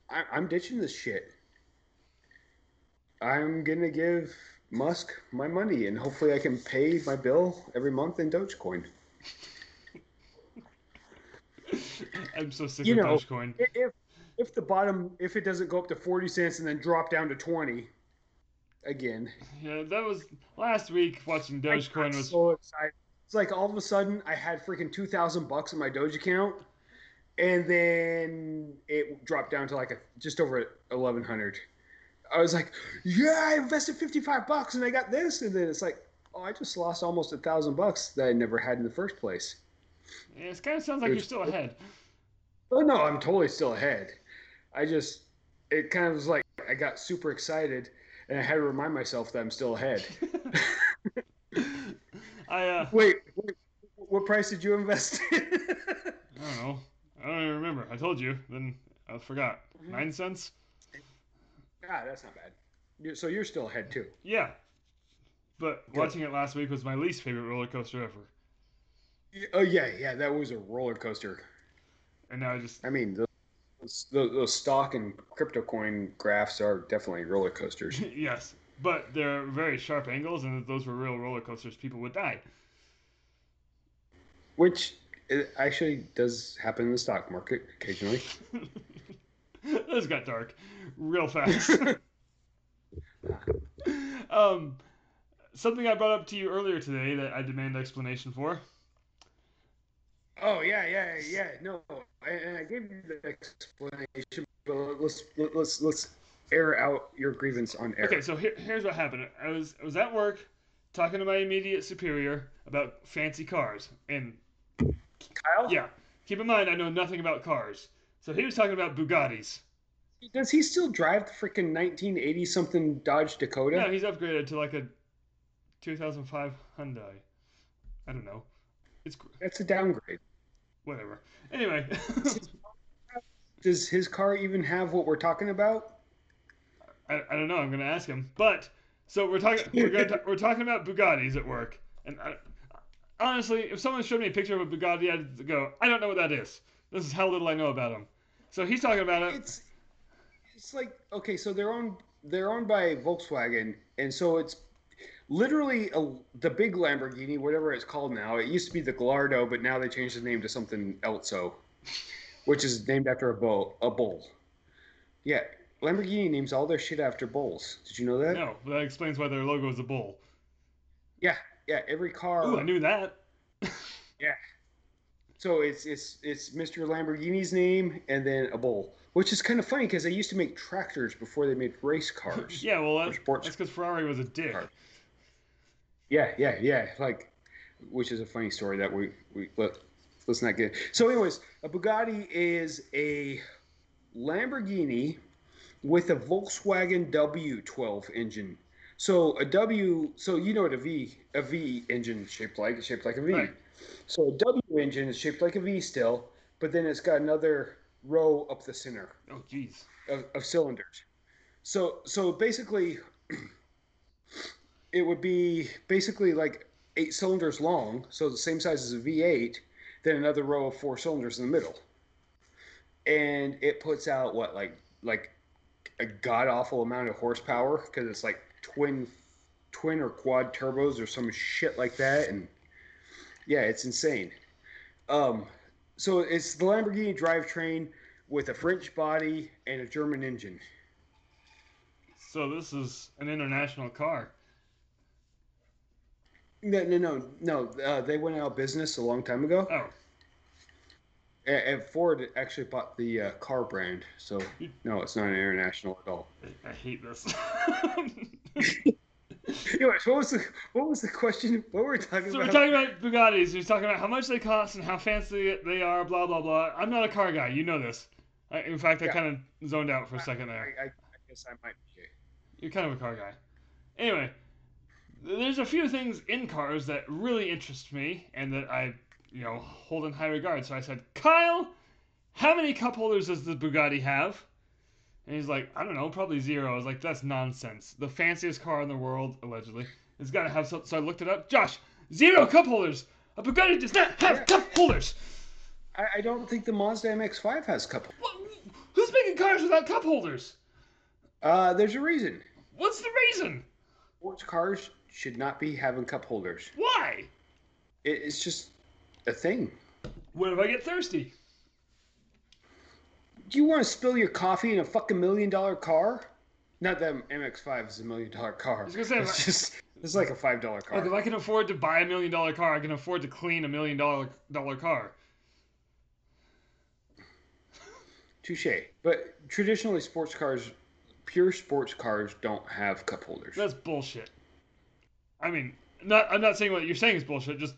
I, I'm ditching this shit. I'm gonna give Musk my money, and hopefully, I can pay my bill every month in Dogecoin. I'm so sick You of know, Dogecoin. I- If if the bottom if it doesn't go up to forty cents and then drop down to twenty again, Yeah, that was last week watching I Dogecoin got was so excited. It's like all of a sudden I had freaking two thousand bucks in my Doge account, and then it dropped down to like a, just over eleven hundred. I was like, yeah, I invested fifty five bucks and I got this, and then it's like, oh, I just lost almost a thousand bucks that I never had in the first place. yeah, it kind of sounds like you're still ahead. Oh no, I'm totally still ahead. I just it kind of was like I got super excited and I had to remind myself that I'm still ahead. I uh wait, wait, what price did you invest in? I don't know. I don't even remember. I told you, then I forgot. Mhm. 9 cents? Ah, that's not bad. You- So you're still ahead too. Yeah. But Good. watching it last week was my least favorite roller coaster ever. Y- Oh yeah, yeah, that was a roller coaster. And now I just I mean, those, those, those stock and crypto coin graphs are definitely roller coasters. yes, but they're very sharp angles, and if those were real roller coasters, people would die. Which it actually does happen in the stock market occasionally. this got dark real fast. um, something I brought up to you earlier today that I demand explanation for. Oh yeah, yeah, yeah. No, I, and I gave you the explanation, but let's let- let's let's air out your grievance on air. Okay, so here, here's what happened. I was I was at work talking to my immediate superior about fancy cars, and Kyle, yeah, keep in mind I know nothing about cars. So he was talking about Bugattis. does he still drive the freaking 1980 something Dodge Dakota? No, he's upgraded to like a 2005 Hyundai. I don't know. It's gr- That's a downgrade. whatever. Anyway, Does his car even have what we're talking about? I, I don't know. I'm gonna ask him. But so we're talking we're, gonna ta- we're talking about Bugattis at work, and I, honestly, if someone showed me a picture of a Bugatti, I'd go, I don't know what that is. This is how little I know about them. So he's talking about it. It's it's like okay, so they're owned they're owned by Volkswagen, and so it's literally a, the big Lamborghini, whatever it's called now. It used to be the Gallardo, but now they changed the name to something Elso, which is named after a bull. A bull. Yeah, Lamborghini names all their shit after bulls. Did you know that? No, but that explains why their logo is a bull. Yeah, yeah. Every car. Ooh, I knew that. So it's it's it's Mr. Lamborghini's name and then a bull, which is kind of funny because they used to make tractors before they made race cars. Yeah, well, Or that, sports. that's because Ferrari was a dick. Car. yeah, yeah, yeah. Like, which is a funny story that we we let, let's not get. So, anyways, a Bugatti is a Lamborghini with a Volkswagen W12 engine. So a W, so you know what a V a V engine is shaped like it's shaped like a V. Right. So a W engine is shaped like a V still, but then it's got another row up the center Oh, jeez. of, of cylinders. So so basically, it would be basically like eight cylinders long, so the same size as a V8, then another row of four cylinders in the middle, and it puts out what like like a god awful amount of horsepower because it's like twin twin or quad turbos or some shit like that, and yeah, it's insane. Um, so it's the Lamborghini drivetrain with a French body and a German engine. So this is an international car. No, no, no, no. Uh, they went out of business a long time ago, Oh, A- and Ford actually bought the uh, car brand. So Hmm. no, it's not an international at all. I- I hate this. Anyways, what was the what was the question? What were we talking so we're about? talking about Bugattis. We're talking about how much they cost and how fancy they are. Blah blah blah. I'm not a car guy. You know this. I, in fact, I Yeah. kind of zoned out for a second there. I, I, I guess I might be. You're kind of a car guy. Anyway, there's a few things in cars that really interest me and that I, you know, hold in high regard. So I said, Kyle, how many cup holders does the Bugatti have? And he's like, I don't know, probably zero. I was like, that's nonsense. The fanciest car in the world, allegedly, it's got to have some. So I looked it up. Josh, zero cup holders. A Bugatti does not have Yeah. cup holders. I, I don't think the Mazda MX-5 has couple. What? Who's making cars without cup holders? Uh, there's a reason. What's the reason? Sports cars should not be having cup holders. Why? It, it's just a thing. What if I get thirsty? Do you want to spill your coffee in a fucking million dollar car? Not that MX-5 is a million dollar car. was gonna say, it's like- just it's like a five dollar car. Look, if I can afford to buy a million dollar car, I can afford to clean a million dollar dollar car. Touche. But traditionally, sports cars, pure sports cars, don't have cup holders. That's bullshit. I mean, not I'm not saying what you're saying is bullshit. Just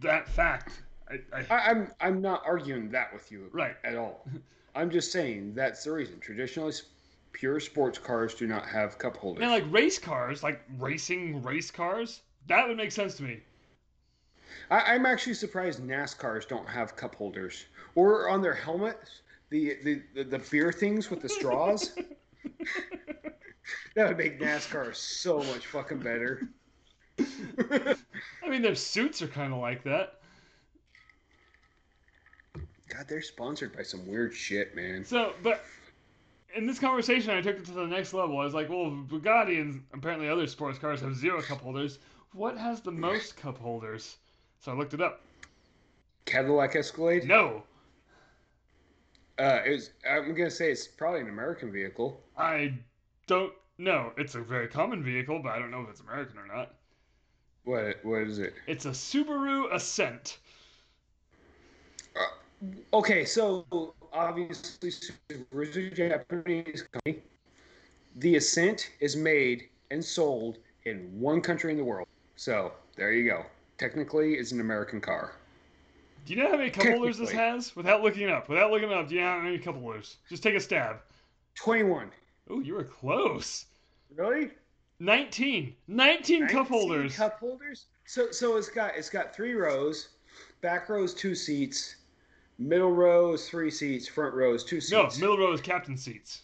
that fact. I, I, I, I'm I'm not arguing that with you right. at all. I'm just saying that's the reason. Traditionally, s- pure sports cars do not have cup holders. Man, like race cars, like racing race cars, that would make sense to me. I, I'm actually surprised NASCARs don't have cup holders or on their helmets the the, the, the beer things with the straws. that would make NASCAR so much fucking better. I mean, their suits are kind of like that. God, they're sponsored by some weird shit, man. So, but in this conversation, I took it to the next level. I was like, well, Bugatti and apparently other sports cars have zero cup holders. What has the most cup holders? So I looked it up. Cadillac Escalade. No, Uh, it was, I'm gonna say it's probably an American vehicle. I don't know. It's a very common vehicle, but I don't know if it's American or not. What what is it? It's a Subaru Ascent. Okay, so obviously Subaru's a Japanese company. The Ascent is made and sold in one country in the world. So there you go. Technically, it's an American car. Do you know how many cup holders this Technically. has? Without looking it up, without looking it up, do you know how many cup holders? Just take a stab. Twenty-one. Oh, you were close. Really? 19. 19, cup 19 holders. Cup holders. So so it's got it's got three rows. Back rows two seats. Middle row is three seats. Front row is two no, seats. middle row is captain seats.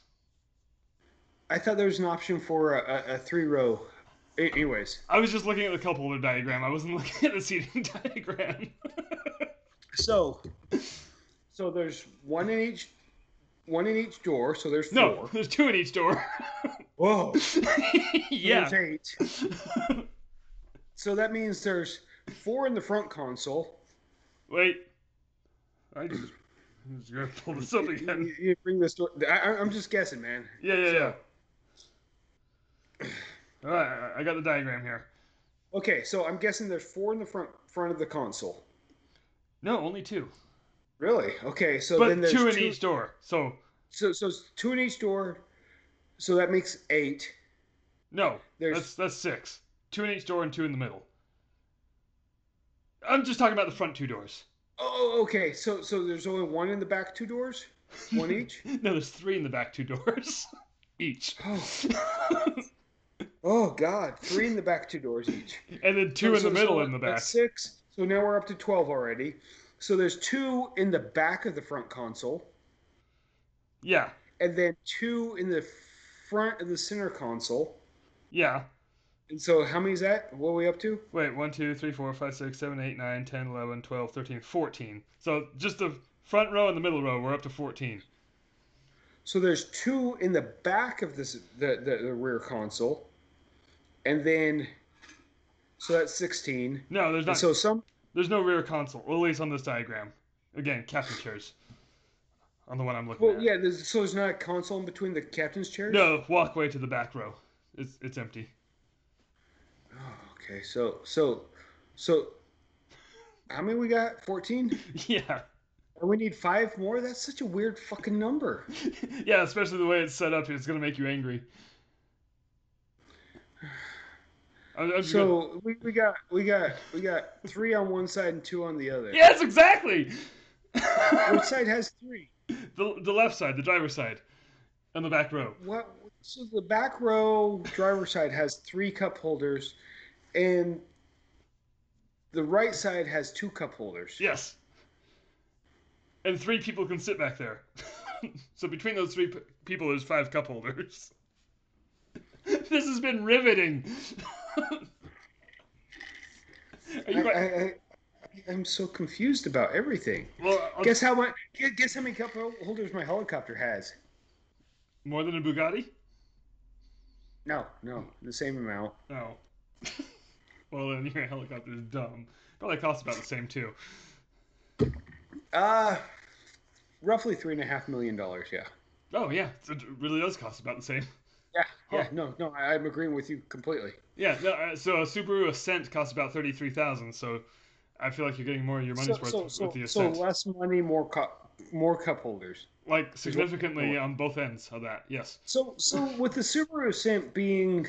I thought there was an option for a, a, a three row. A- Anyways, I was just looking at the cup holder diagram. I wasn't looking at the seating diagram. so so there's one in each one in each door. So there's no, four. there's two in each door. Whoa, yeah. there's eight. So that means there's four in the front console. Wait. I just, I'm just gonna pull this up again. You, you bring this. Door, I, I- I'm just guessing, man. Yeah, yeah, yeah. All right, I got the diagram here. Okay, so I'm guessing there's four in the front front of the console. No, only two. Really? Okay, so but then there's two in each door. So So so it's two in each door. So that makes eight. no, There's that's that's six. Two in each door and two in the middle. I'm just talking about the front two doors. Oh, okay. So so there's only one in the back two doors? One each? No, there's three in the back two doors, each, Oh, oh god. Three in the back two doors each. and then two in So- Oh, so- the middle so in the back. That's six. So now we're up to twelve already. So there's two in the back of the front console, Yeah, and then two in the front of the center console. yeah. And so how many is that? What are we up to? Wait, 1, 2, 3, 4, 5, 6, 7, 8, 9, 10, 11, 12, 13, 14. So just the front row and the middle row, we're up to 14. So there's two in the back of this the, the, the rear console, and then so that's 16. No, there's And not. so some there's no rear console, or at least on this diagram. Again, captain chairs. On the one I'm looking well at. yeah, there's, so there's not a console in between the captain's chairs. No, walkway to the back row. It's it's empty. Oh, okay, so so so how many we got? 14. Yeah, And we need five more. That's such a weird fucking number. yeah. Especially the way it's set up, it's gonna make you angry. I'm, I'm just gonna- So we, we got we got we got three on one side and two on the other. yes, exactly. Which the side has three? the left side, the driver's side, on the back row. What? So the back row driver's side has three cup holders, and the right side has two cup holders. Yes. And three people can sit back there. so between those three p- people, there's five cup holders. this has been riveting. Are I, you right? I, I, I'm so confused about everything. Well, I'll- Guess how much? Guess how many cup holders my helicopter has? more than a Bugatti? No, no, the same amount. No. well, then your helicopter's dumb. Probably costs about the same too. Uh roughly three and a half million dollars. Yeah. Oh yeah, so it really does cost about the same. Yeah. Yeah. Huh. No, no, I, I'm agreeing with you completely. Yeah, no, uh, so a Subaru Ascent costs about thirty-three thousand. So I feel like you're getting more of your money's worth with the so Ascent. less money, more cup, more cup holders. like significantly on both ends of that. Yes. So, so with the Subaru Ascent being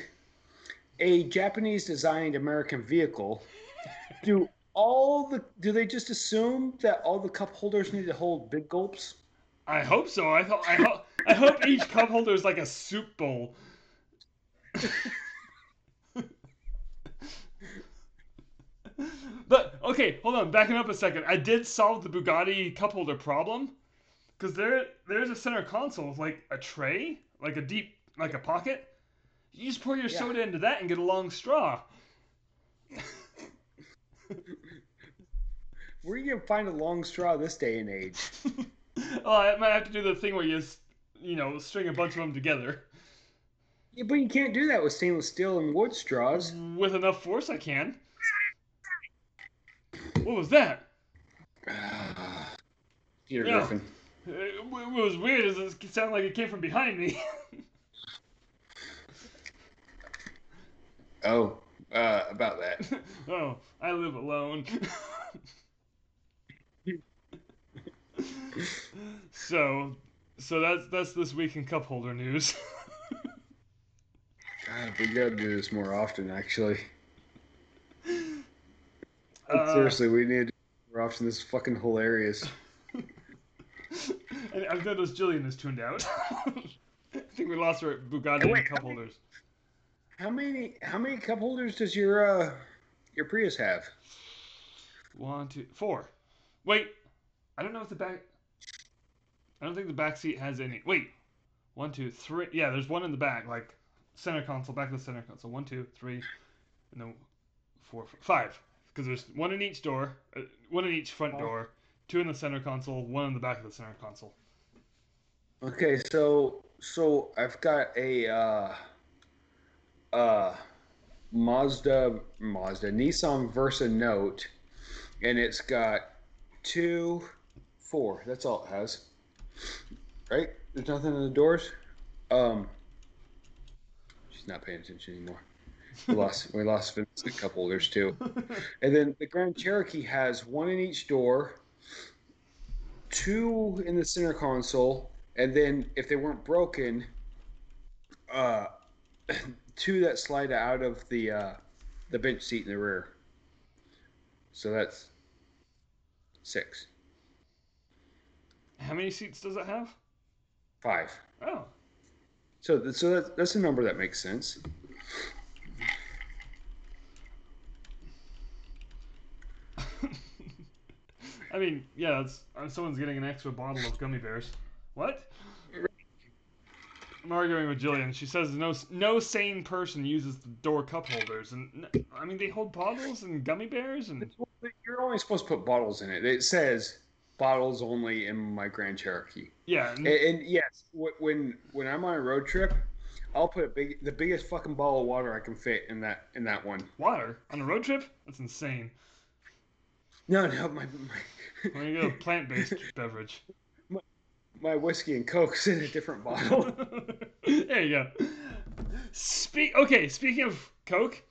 a Japanese-designed American vehicle, do all the do they just assume that all the cup holders need to hold big gulps? I hope so. I hope. I, ho- I hope each cup holder is like a soup bowl. but okay, hold on. Backing up a second, I did solve the Bugatti cup holder problem because there there's a center console with like a tray, like a deep, like a pocket. You just pour your Yeah. soda into that and get a long straw. Where are you gonna find a long straw this day and age? oh, I might have to do the thing where you, s- you know, string a bunch of them together. Yeah, but you can't do that with stainless steel and wood straws. With enough force, I can. What was that? Peter Yeah. Griffin. It, Uh, what was weird is it sounded like it came from behind me. Oh, uh, about that. oh, I live alone. so, so that's that's this week in cup holder news. God, we gotta do this more often, actually. Uh, Seriously, we need to do this more often. This is fucking hilarious. and I've noticed Jillian is tuned out. I think we lost her at Bugatti Hey, wait, and cup how many- holders. How many how many cup holders does your uh your Prius have? One, two, four. Wait, I don't know if the back. I don't think the back seat has any. Wait, one, two, three. Yeah, there's one in the back, like center console, back of the center console. One, two, three, and then four, f- five. Because there's one in each door, uh, one in each front Oh. door, two in the center console, one in the back of the center console. Okay, so so I've got a uh uh Mazda Mazda Nissan Versa Note and it's got two four. That's all it has. Right? There's nothing in the doors? Um She's not paying attention anymore. We lost we lost Vincent cup holders too. And then the Grand Cherokee has one in each door, two in the center console, and then if they weren't broken, uh, two that slide out of the uh, the bench seat in the rear. So that's six, How many seats does it have? five. Oh, So th- so that, that's a number that makes sense. I mean, yeah, it's, uh, someone's getting an extra bottle of gummy bears. What? I'm arguing with Jillian. She says no, s- no sane person uses the door cup holders, and n- I mean they hold bottles and gummy bears, and You're only supposed to put bottles in it. It says bottles only in my Grand Cherokee. yeah, n- And, and yes, wh- when when I'm on a road trip, I'll put a big, the biggest fucking ball of water I can fit in that in that one. Water on a road trip? That's insane. No, no, my my, When you get a plant based beverage. my whiskey and coke's in a different bottle. there you go. Speak. Okay, speaking of Coke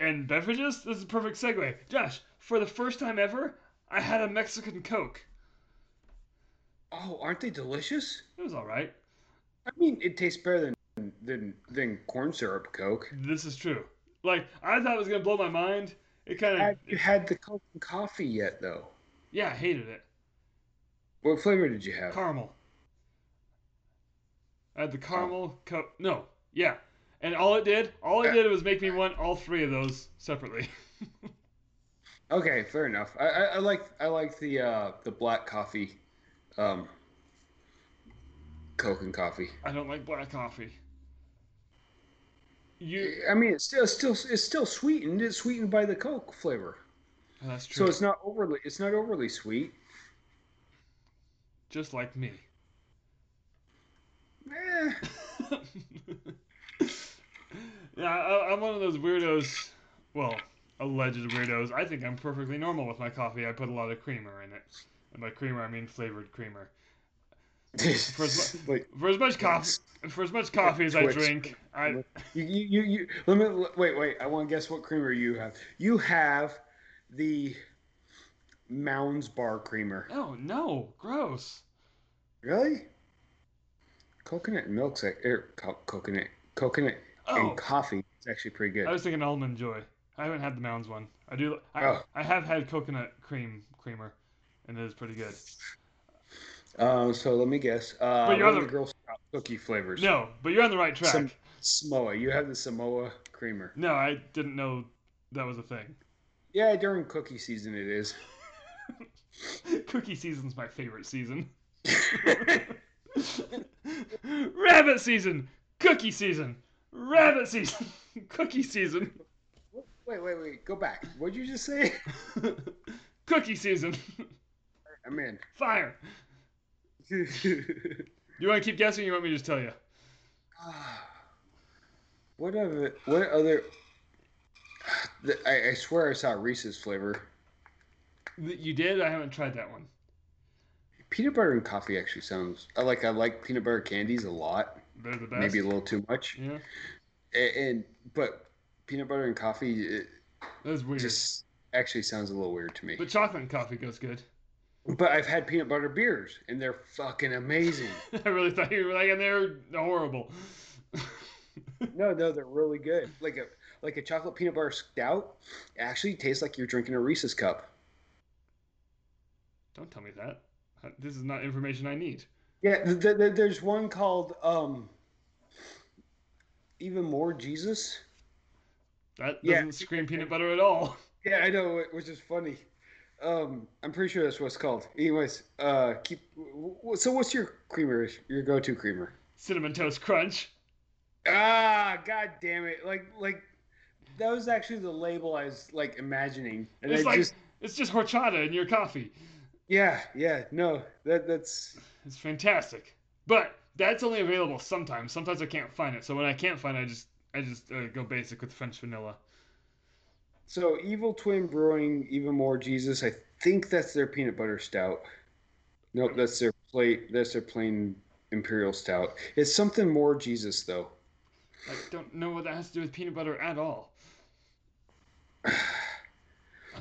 and beverages, this is a perfect segue. Josh, for the first time ever, I had a Mexican Coke. oh, aren't they delicious? It was all right. I mean, it tastes better than than than corn syrup Coke. This is true. Like I thought it was gonna blow my mind. It kind Have of you had the Coke and coffee yet, though? yeah, I hated it. What flavor did you have? Caramel. I had the caramel Coke. No, yeah, and all it did, all it did was make me want all three of those separately. Okay, fair enough. I, I, I like I like the uh, the black coffee, um, Coke and coffee. I don't like black coffee. You. I mean, it's still it's still it's still sweetened. It's sweetened by the Coke flavor, That's so true. it's not overly it's not overly sweet. just like me. Eh, yeah, I, I'm one of those weirdos. Well, alleged weirdos. I think I'm perfectly normal with my coffee. I put a lot of creamer in it, and by creamer I mean flavored creamer. For as like For as much coffee, for as much coffee as I Twix. drink, I you, you, you, you let me wait wait. I want to guess what creamer you have. You have the Mounds Bar creamer. oh no, gross. Really? Coconut milk's ac- er, co- coconut coconut Oh, and coffee. It's actually pretty good. I was thinking almond joy. I haven't had the Mounds one. I do. I, Oh. I have had coconut cream creamer, and it is pretty good. Um, so let me guess. Uh, But you're one of the- the Girl Scout cookie flavors. No, but you're on the right track. Some- Samoa. You have the Samoa creamer. No, I didn't know that was a thing. Yeah, during cookie season it is. Cookie season's my favorite season. Rabbit season, cookie season, rabbit season, cookie season, Wait, wait, wait. Go back. What'd you just say? cookie season. I'm in. Fire. You want to keep guessing? Or you want me to just tell you? what other? What other? The- I, I swear I saw Reese's flavor. Th- You did. I haven't tried that one. Peanut butter and coffee actually sounds. I like. I like peanut butter candies a lot. They're the best. Maybe a little too much. Yeah, And, and but peanut butter and coffee it that's weird. just actually sounds a little weird to me. But chocolate and coffee goes good. But I've had peanut butter beers, and they're fucking amazing. I really thought you were like, and they're horrible. no, no, they're really good. Like a like a chocolate peanut butter stout actually tastes like you're drinking a Reese's cup. Don't tell me that. This is not information I need. Yeah, th- th- th- there's one called um, even more Jesus. That Yeah. doesn't scream peanut butter at all. Yeah, I know, wh- which is funny. Um, I'm pretty sure that's what it's called. Anyways, uh, keep. w- w- So, what's your creamer? Your go-to creamer? Cinnamon toast crunch. Ah, god damn it! Like, like that was actually the label I was like imagining, and It's I like- just It's just horchata in your coffee. yeah, yeah, no, that that's It's fantastic. But that's only available sometimes. Sometimes I can't find it. So when I can't find it, I just I just uh, go basic with French vanilla. so evil twin brewing even more Jesus. I think that's their peanut butter stout. Nope, that's their plate. That's their plain imperial stout. It's something more Jesus though. I don't know what that has to do with peanut butter at all. I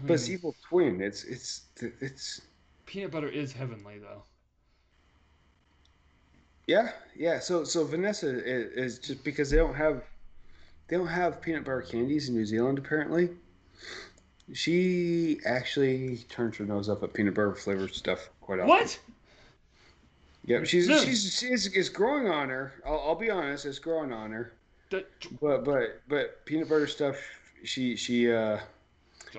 But it's mean, evil twin. It's it's it's peanut butter is heavenly though. yeah yeah. So so Vanessa i- is just because they don't have they don't have peanut butter candies in New Zealand apparently. She actually turns her nose up at peanut butter flavored stuff quite often. What? Yep, she's No. she's she's it's growing on her. I'll, I'll be honest, it's growing on her. That- But but but peanut butter stuff. She she uh,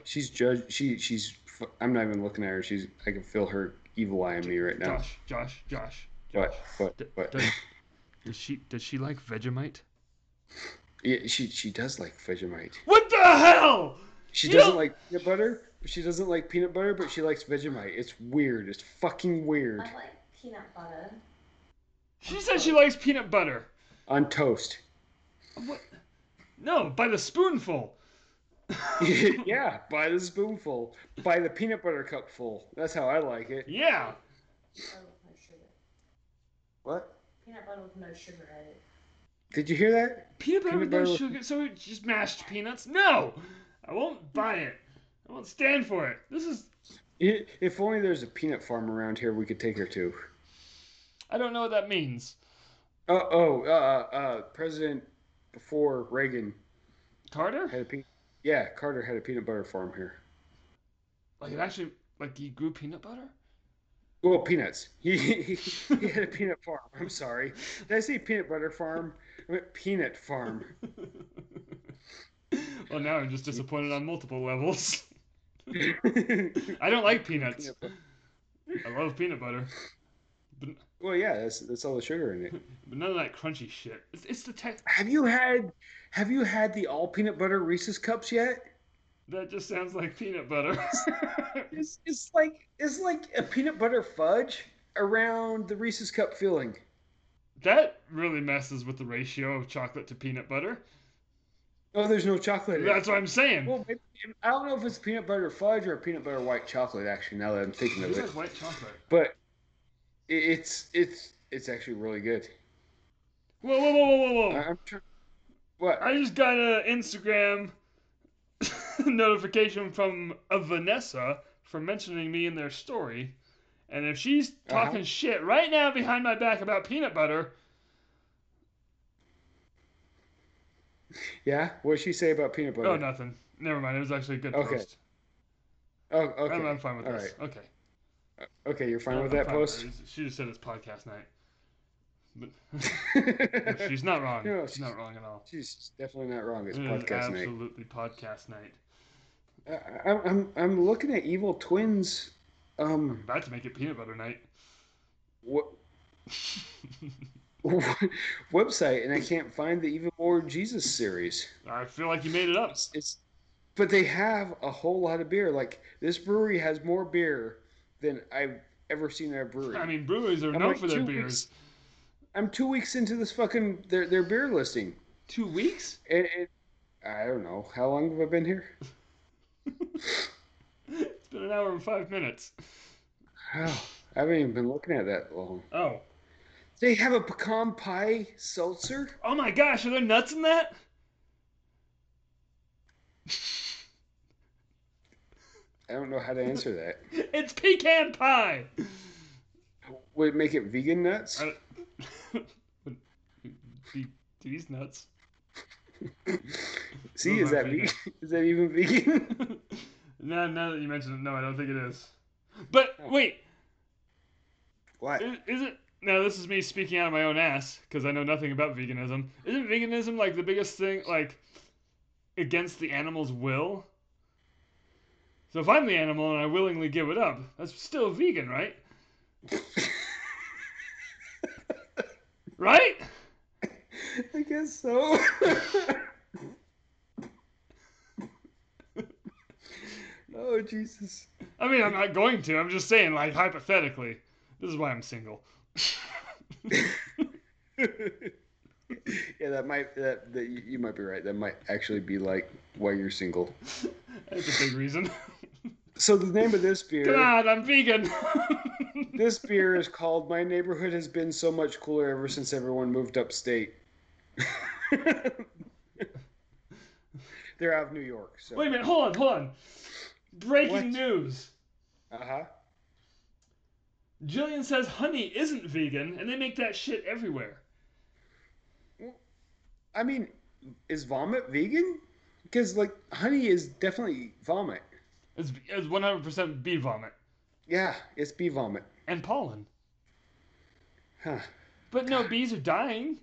she's judge. She she's. f- I'm not even looking at her. She's. I can feel her evil eye on me right now. Josh, Josh, Josh. But but D- but does, does she does she like Vegemite? yeah, she she does like Vegemite. What the hell? She You doesn't don't- like peanut butter. but She doesn't like peanut butter, but she likes Vegemite. It's weird. It's fucking weird. I like peanut butter. She said she likes peanut butter. On toast. What? No, by the spoonful. yeah, by the spoonful, by the peanut butter cupful. That's how I like it. Yeah. butter with no sugar. What? Peanut butter with no sugar added. Did you hear that? Peanut butter Peanut with no butter with- sugar, so it's just mashed peanuts? No! I won't buy it. I won't stand for it. This is. I- If only there's a peanut farm around here we could take her to. I don't know what that means. Uh oh, uh, uh, President before Reagan Carter? had a peanut. Yeah, Carter had a peanut butter farm here. Like, it actually. Like, he grew peanut butter? Well, peanuts. He, he, he had a peanut farm. I'm sorry. Did I say peanut butter farm? I meant peanut farm. well, now I'm just disappointed on multiple levels. I don't like peanuts. Peanut butter. I love peanut butter, well, yeah, that's that's all the sugar in it. but none of that crunchy shit. It's, it's the text Have you had have you had the all peanut butter Reese's cups yet? that just sounds like peanut butter. It's, it's like it's like a peanut butter fudge around the Reese's cup filling. that really messes with the ratio of chocolate to peanut butter. Oh, there's no chocolate. In it. That's what I'm saying. Well, maybe, I don't know if it's peanut butter fudge or peanut butter white chocolate. Actually, now that I'm thinking Who of it, says white chocolate? but i- it's it's it's actually really good. Whoa, whoa, whoa, whoa, whoa, I- whoa! I'm tr- what? I just got an Instagram notification from a Vanessa for mentioning me in their story, and if she's Uh-huh. talking shit right now behind my back about peanut butter, Yeah, what did she say about peanut butter? oh nothing. Never mind. It was actually a good Okay. post. Oh, I'm, I'm okay, fine with All this. Okay. okay, you're fine I'm- with I'm that fine post. it. She just said it's podcast night. But she's not wrong. No, she's she's- not wrong at all. She's definitely not wrong. It's It is podcast night. Mm, absolutely podcast night. I, I'm I'm I'm looking at Evil Twins. I'm Um, about to make it peanut butter night. what website, and I can't find the Even More Jesus series. I feel like you made it up. It's, it's but they have a whole lot of beer. Like this brewery has more beer than I've ever seen at a brewery. I mean, breweries are I'm known like for their two beers. I'm two weeks into this fucking their their beer listing, Two weeks? and, and I don't know how long have I been here. It's been an hour and five minutes. Oh, I haven't even been looking at that long. Oh. They have a pecan pie seltzer. Oh my gosh, are there nuts in that? I don't know how to answer that. It's pecan pie! Would it make it vegan nuts? I don't- Do These nuts. See, Those is aren't that vegan? Is that even vegan? now, now that you mention it, no, I don't think it is. But Oh. wait, what? Is, is it now? This is me speaking out of my own ass because I know nothing about veganism. Isn't veganism like the biggest thing, like against the animal's will? So if I'm the animal and I willingly give it up, that's still vegan, right? right? I guess so. oh Jesus! I mean, I'm not going to. I'm just saying, like hypothetically. This is why I'm single. yeah, that might that, that you you might be right. That might actually be like why you're single. That's a big reason. So the name of this Come beer, on, I'm vegan. this beer is called "My Neighborhood Has Been So Much Cooler Ever Since Everyone Moved Upstate." They're out of New York. So. Wait a minute, hold on, hold on. Breaking What? news. Uh huh. Jillian says honey isn't vegan, and they make that shit everywhere. I mean, is vomit vegan? Because like honey is definitely vomit. It's, it's 100% bee vomit Yeah, it's bee vomit. and pollen. Huh. But no, bees are dying.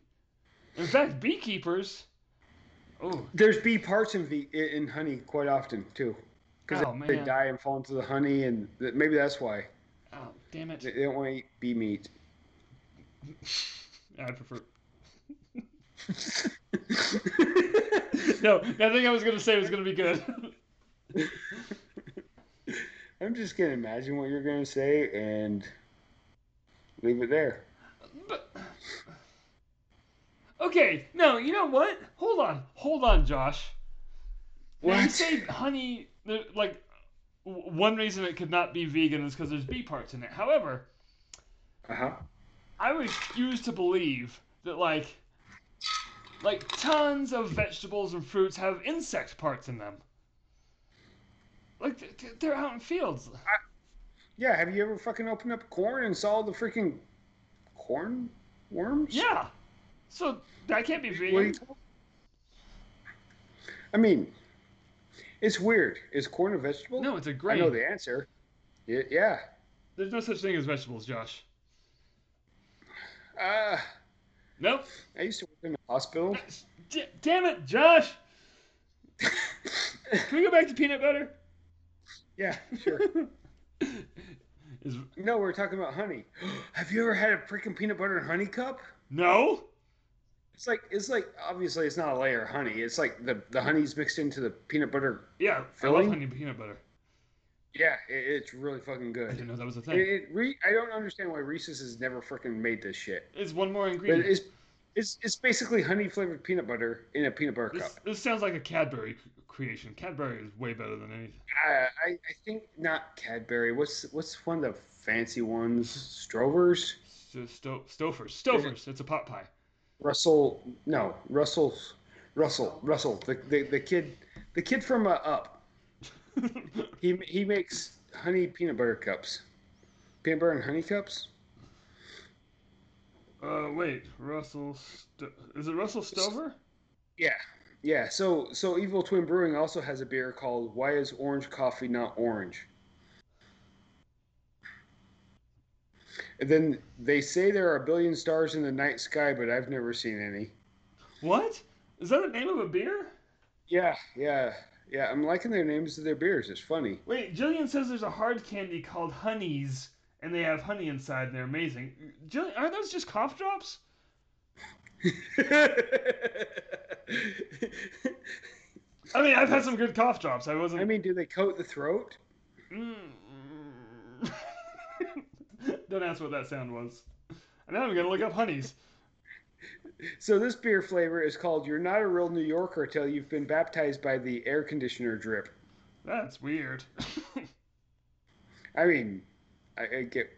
In fact, beekeepers. Oh, There's bee parts in ve- in honey quite often too. Because Oh, they man. die and fall into the honey, and th- maybe that's why oh, damn they it. they don't want to eat bee meat. I prefer. No, nothing I was going to say was going to be good. I'm just gonna imagine what you're gonna say and leave it there. but. Okay, no, you know what? Hold on, hold on, Josh. When you What? say honey, there, like w- one reason it could not be vegan is because there's bee parts in it. However, Uh huh. I refuse to believe that like like tons of vegetables and fruits have insect parts in them. Like th- th- they're out in fields. Yeah. Have you ever fucking opened up corn and saw the freaking corn worms? Yeah. So that can't be What are vegan. you talking- I mean, it's weird. Is corn a vegetable? No, it's a I grain. know the answer. Y- yeah. There's no such thing as vegetables, Josh. Uh, Nope. I used to work in the hospital. D- damn it, Josh! Can we go back to peanut butter? yeah, sure. Is No, we we're talking about honey. Have you ever had a freaking peanut butter and honey cup? no. It's like it's like obviously it's not a layer of honey. It's like the the honey's mixed into the peanut butter. Yeah, I Filling? love honey peanut butter. Yeah, it, it's really fucking I didn't good. know that was a It, thing. it re, I don't understand why Reese's has never freaking made this shit. It's one more But ingredient. it's it's it's basically honey flavored peanut butter in a peanut butter cup. This, this sounds like a Cadbury c- creation. Cadbury is way better than anything. I, I I think not Cadbury. What's what's one of the fancy ones? Strover's. Sto- Sto- Stouffer's. Stouffer's. It's a pot pie. Russell, no, Russell's, Russell, Russell, the, the, the kid, the kid from uh, Up. He he makes honey peanut butter cups, peanut butter and honey cups. uh, wait. Russell. Sto- is it Russell Stover? Yeah, yeah. So so Evil Twin Brewing also has a beer called Why Is Orange Coffee Not Orange? And then they say there are a billion stars in the night sky, but I've never seen any. What? Is that the name of a beer? Yeah, yeah, yeah. I'm liking their names of their beers. It's funny. Wait, Jillian says there's a hard candy called Honeys, and they have honey inside, and they're amazing. Jillian, aren't those just cough drops? I mean, I've had some good cough drops. I wasn't. I mean, do they coat the throat? Mm. Don't ask what that sound was. And now I'm gonna look up honeys. So this beer flavor is called "You're Not a Real New Yorker Till You've Been Baptized by the Air Conditioner Drip." That's weird. I mean, I, I get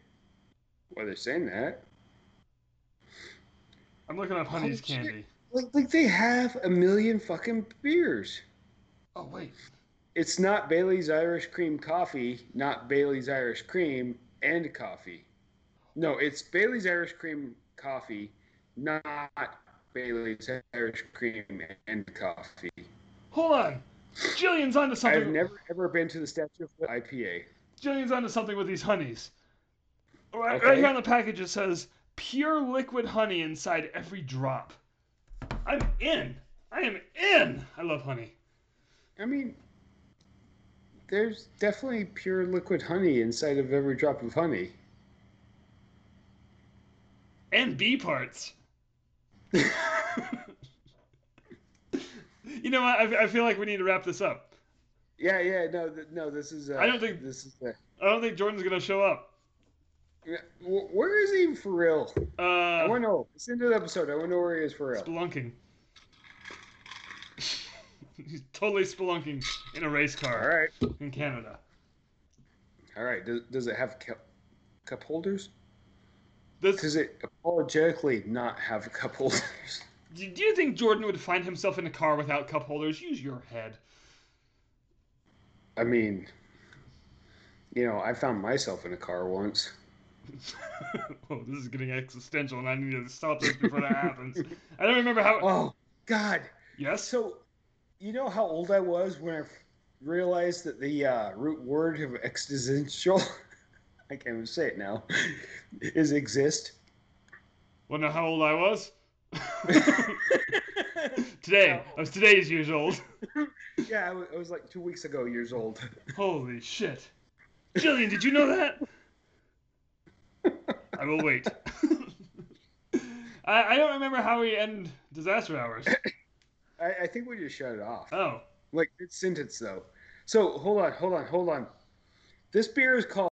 why they're saying that. I'm looking up honeys shit. candy. Like, like they have a million fucking beers. Oh wait. It's not Bailey's Irish Cream Coffee, not Bailey's Irish Cream and Coffee. No, it's Bailey's Irish Cream Coffee, not Bailey's Irish Cream and Coffee. Hold on. Jillian's onto I've something. never ever been to the Statue of Liberty IPA. Jillian's onto something with these honeys. Right, right Okay. here on the package it says pure liquid honey inside every drop. I'm in. I am in. I love honey. I mean, there's definitely pure liquid honey inside of every drop of honey. And bee parts. You know what? I, I feel like we need to wrap this up. Yeah, yeah, no, th- no. This is. Uh, I don't think- this is. Uh, I don't think Jordan's gonna show up. yeah, wh- where is he for real? Uh, I want to know. It's the end of the episode. I want to know where he is for real. Spelunking. He's totally spelunking in a race All car right, in Canada. all right. Does, does it have cup, cup holders? This, Does it apologetically not have cup holders? do do you think Jordan would find himself in a car without cup holders? Use your head. I mean, you know, I found myself in a car once. oh, this is getting existential, and I need to stop this before that happens. I don't remember how. Oh God. yes. So, you know how old I was when I realized that the uh, root word of existential, I can't even say it now, is exist? Wonder how old I was. today, I was today's years old. yeah, I wa- I was like two weeks ago years old. Holy shit. Jillian, did you know that? I will wait. I, I don't remember how we end disaster hours. I, I think we just shut it off. Oh. Like, it's sentence though. So, hold on, hold on, hold on. This beer is called.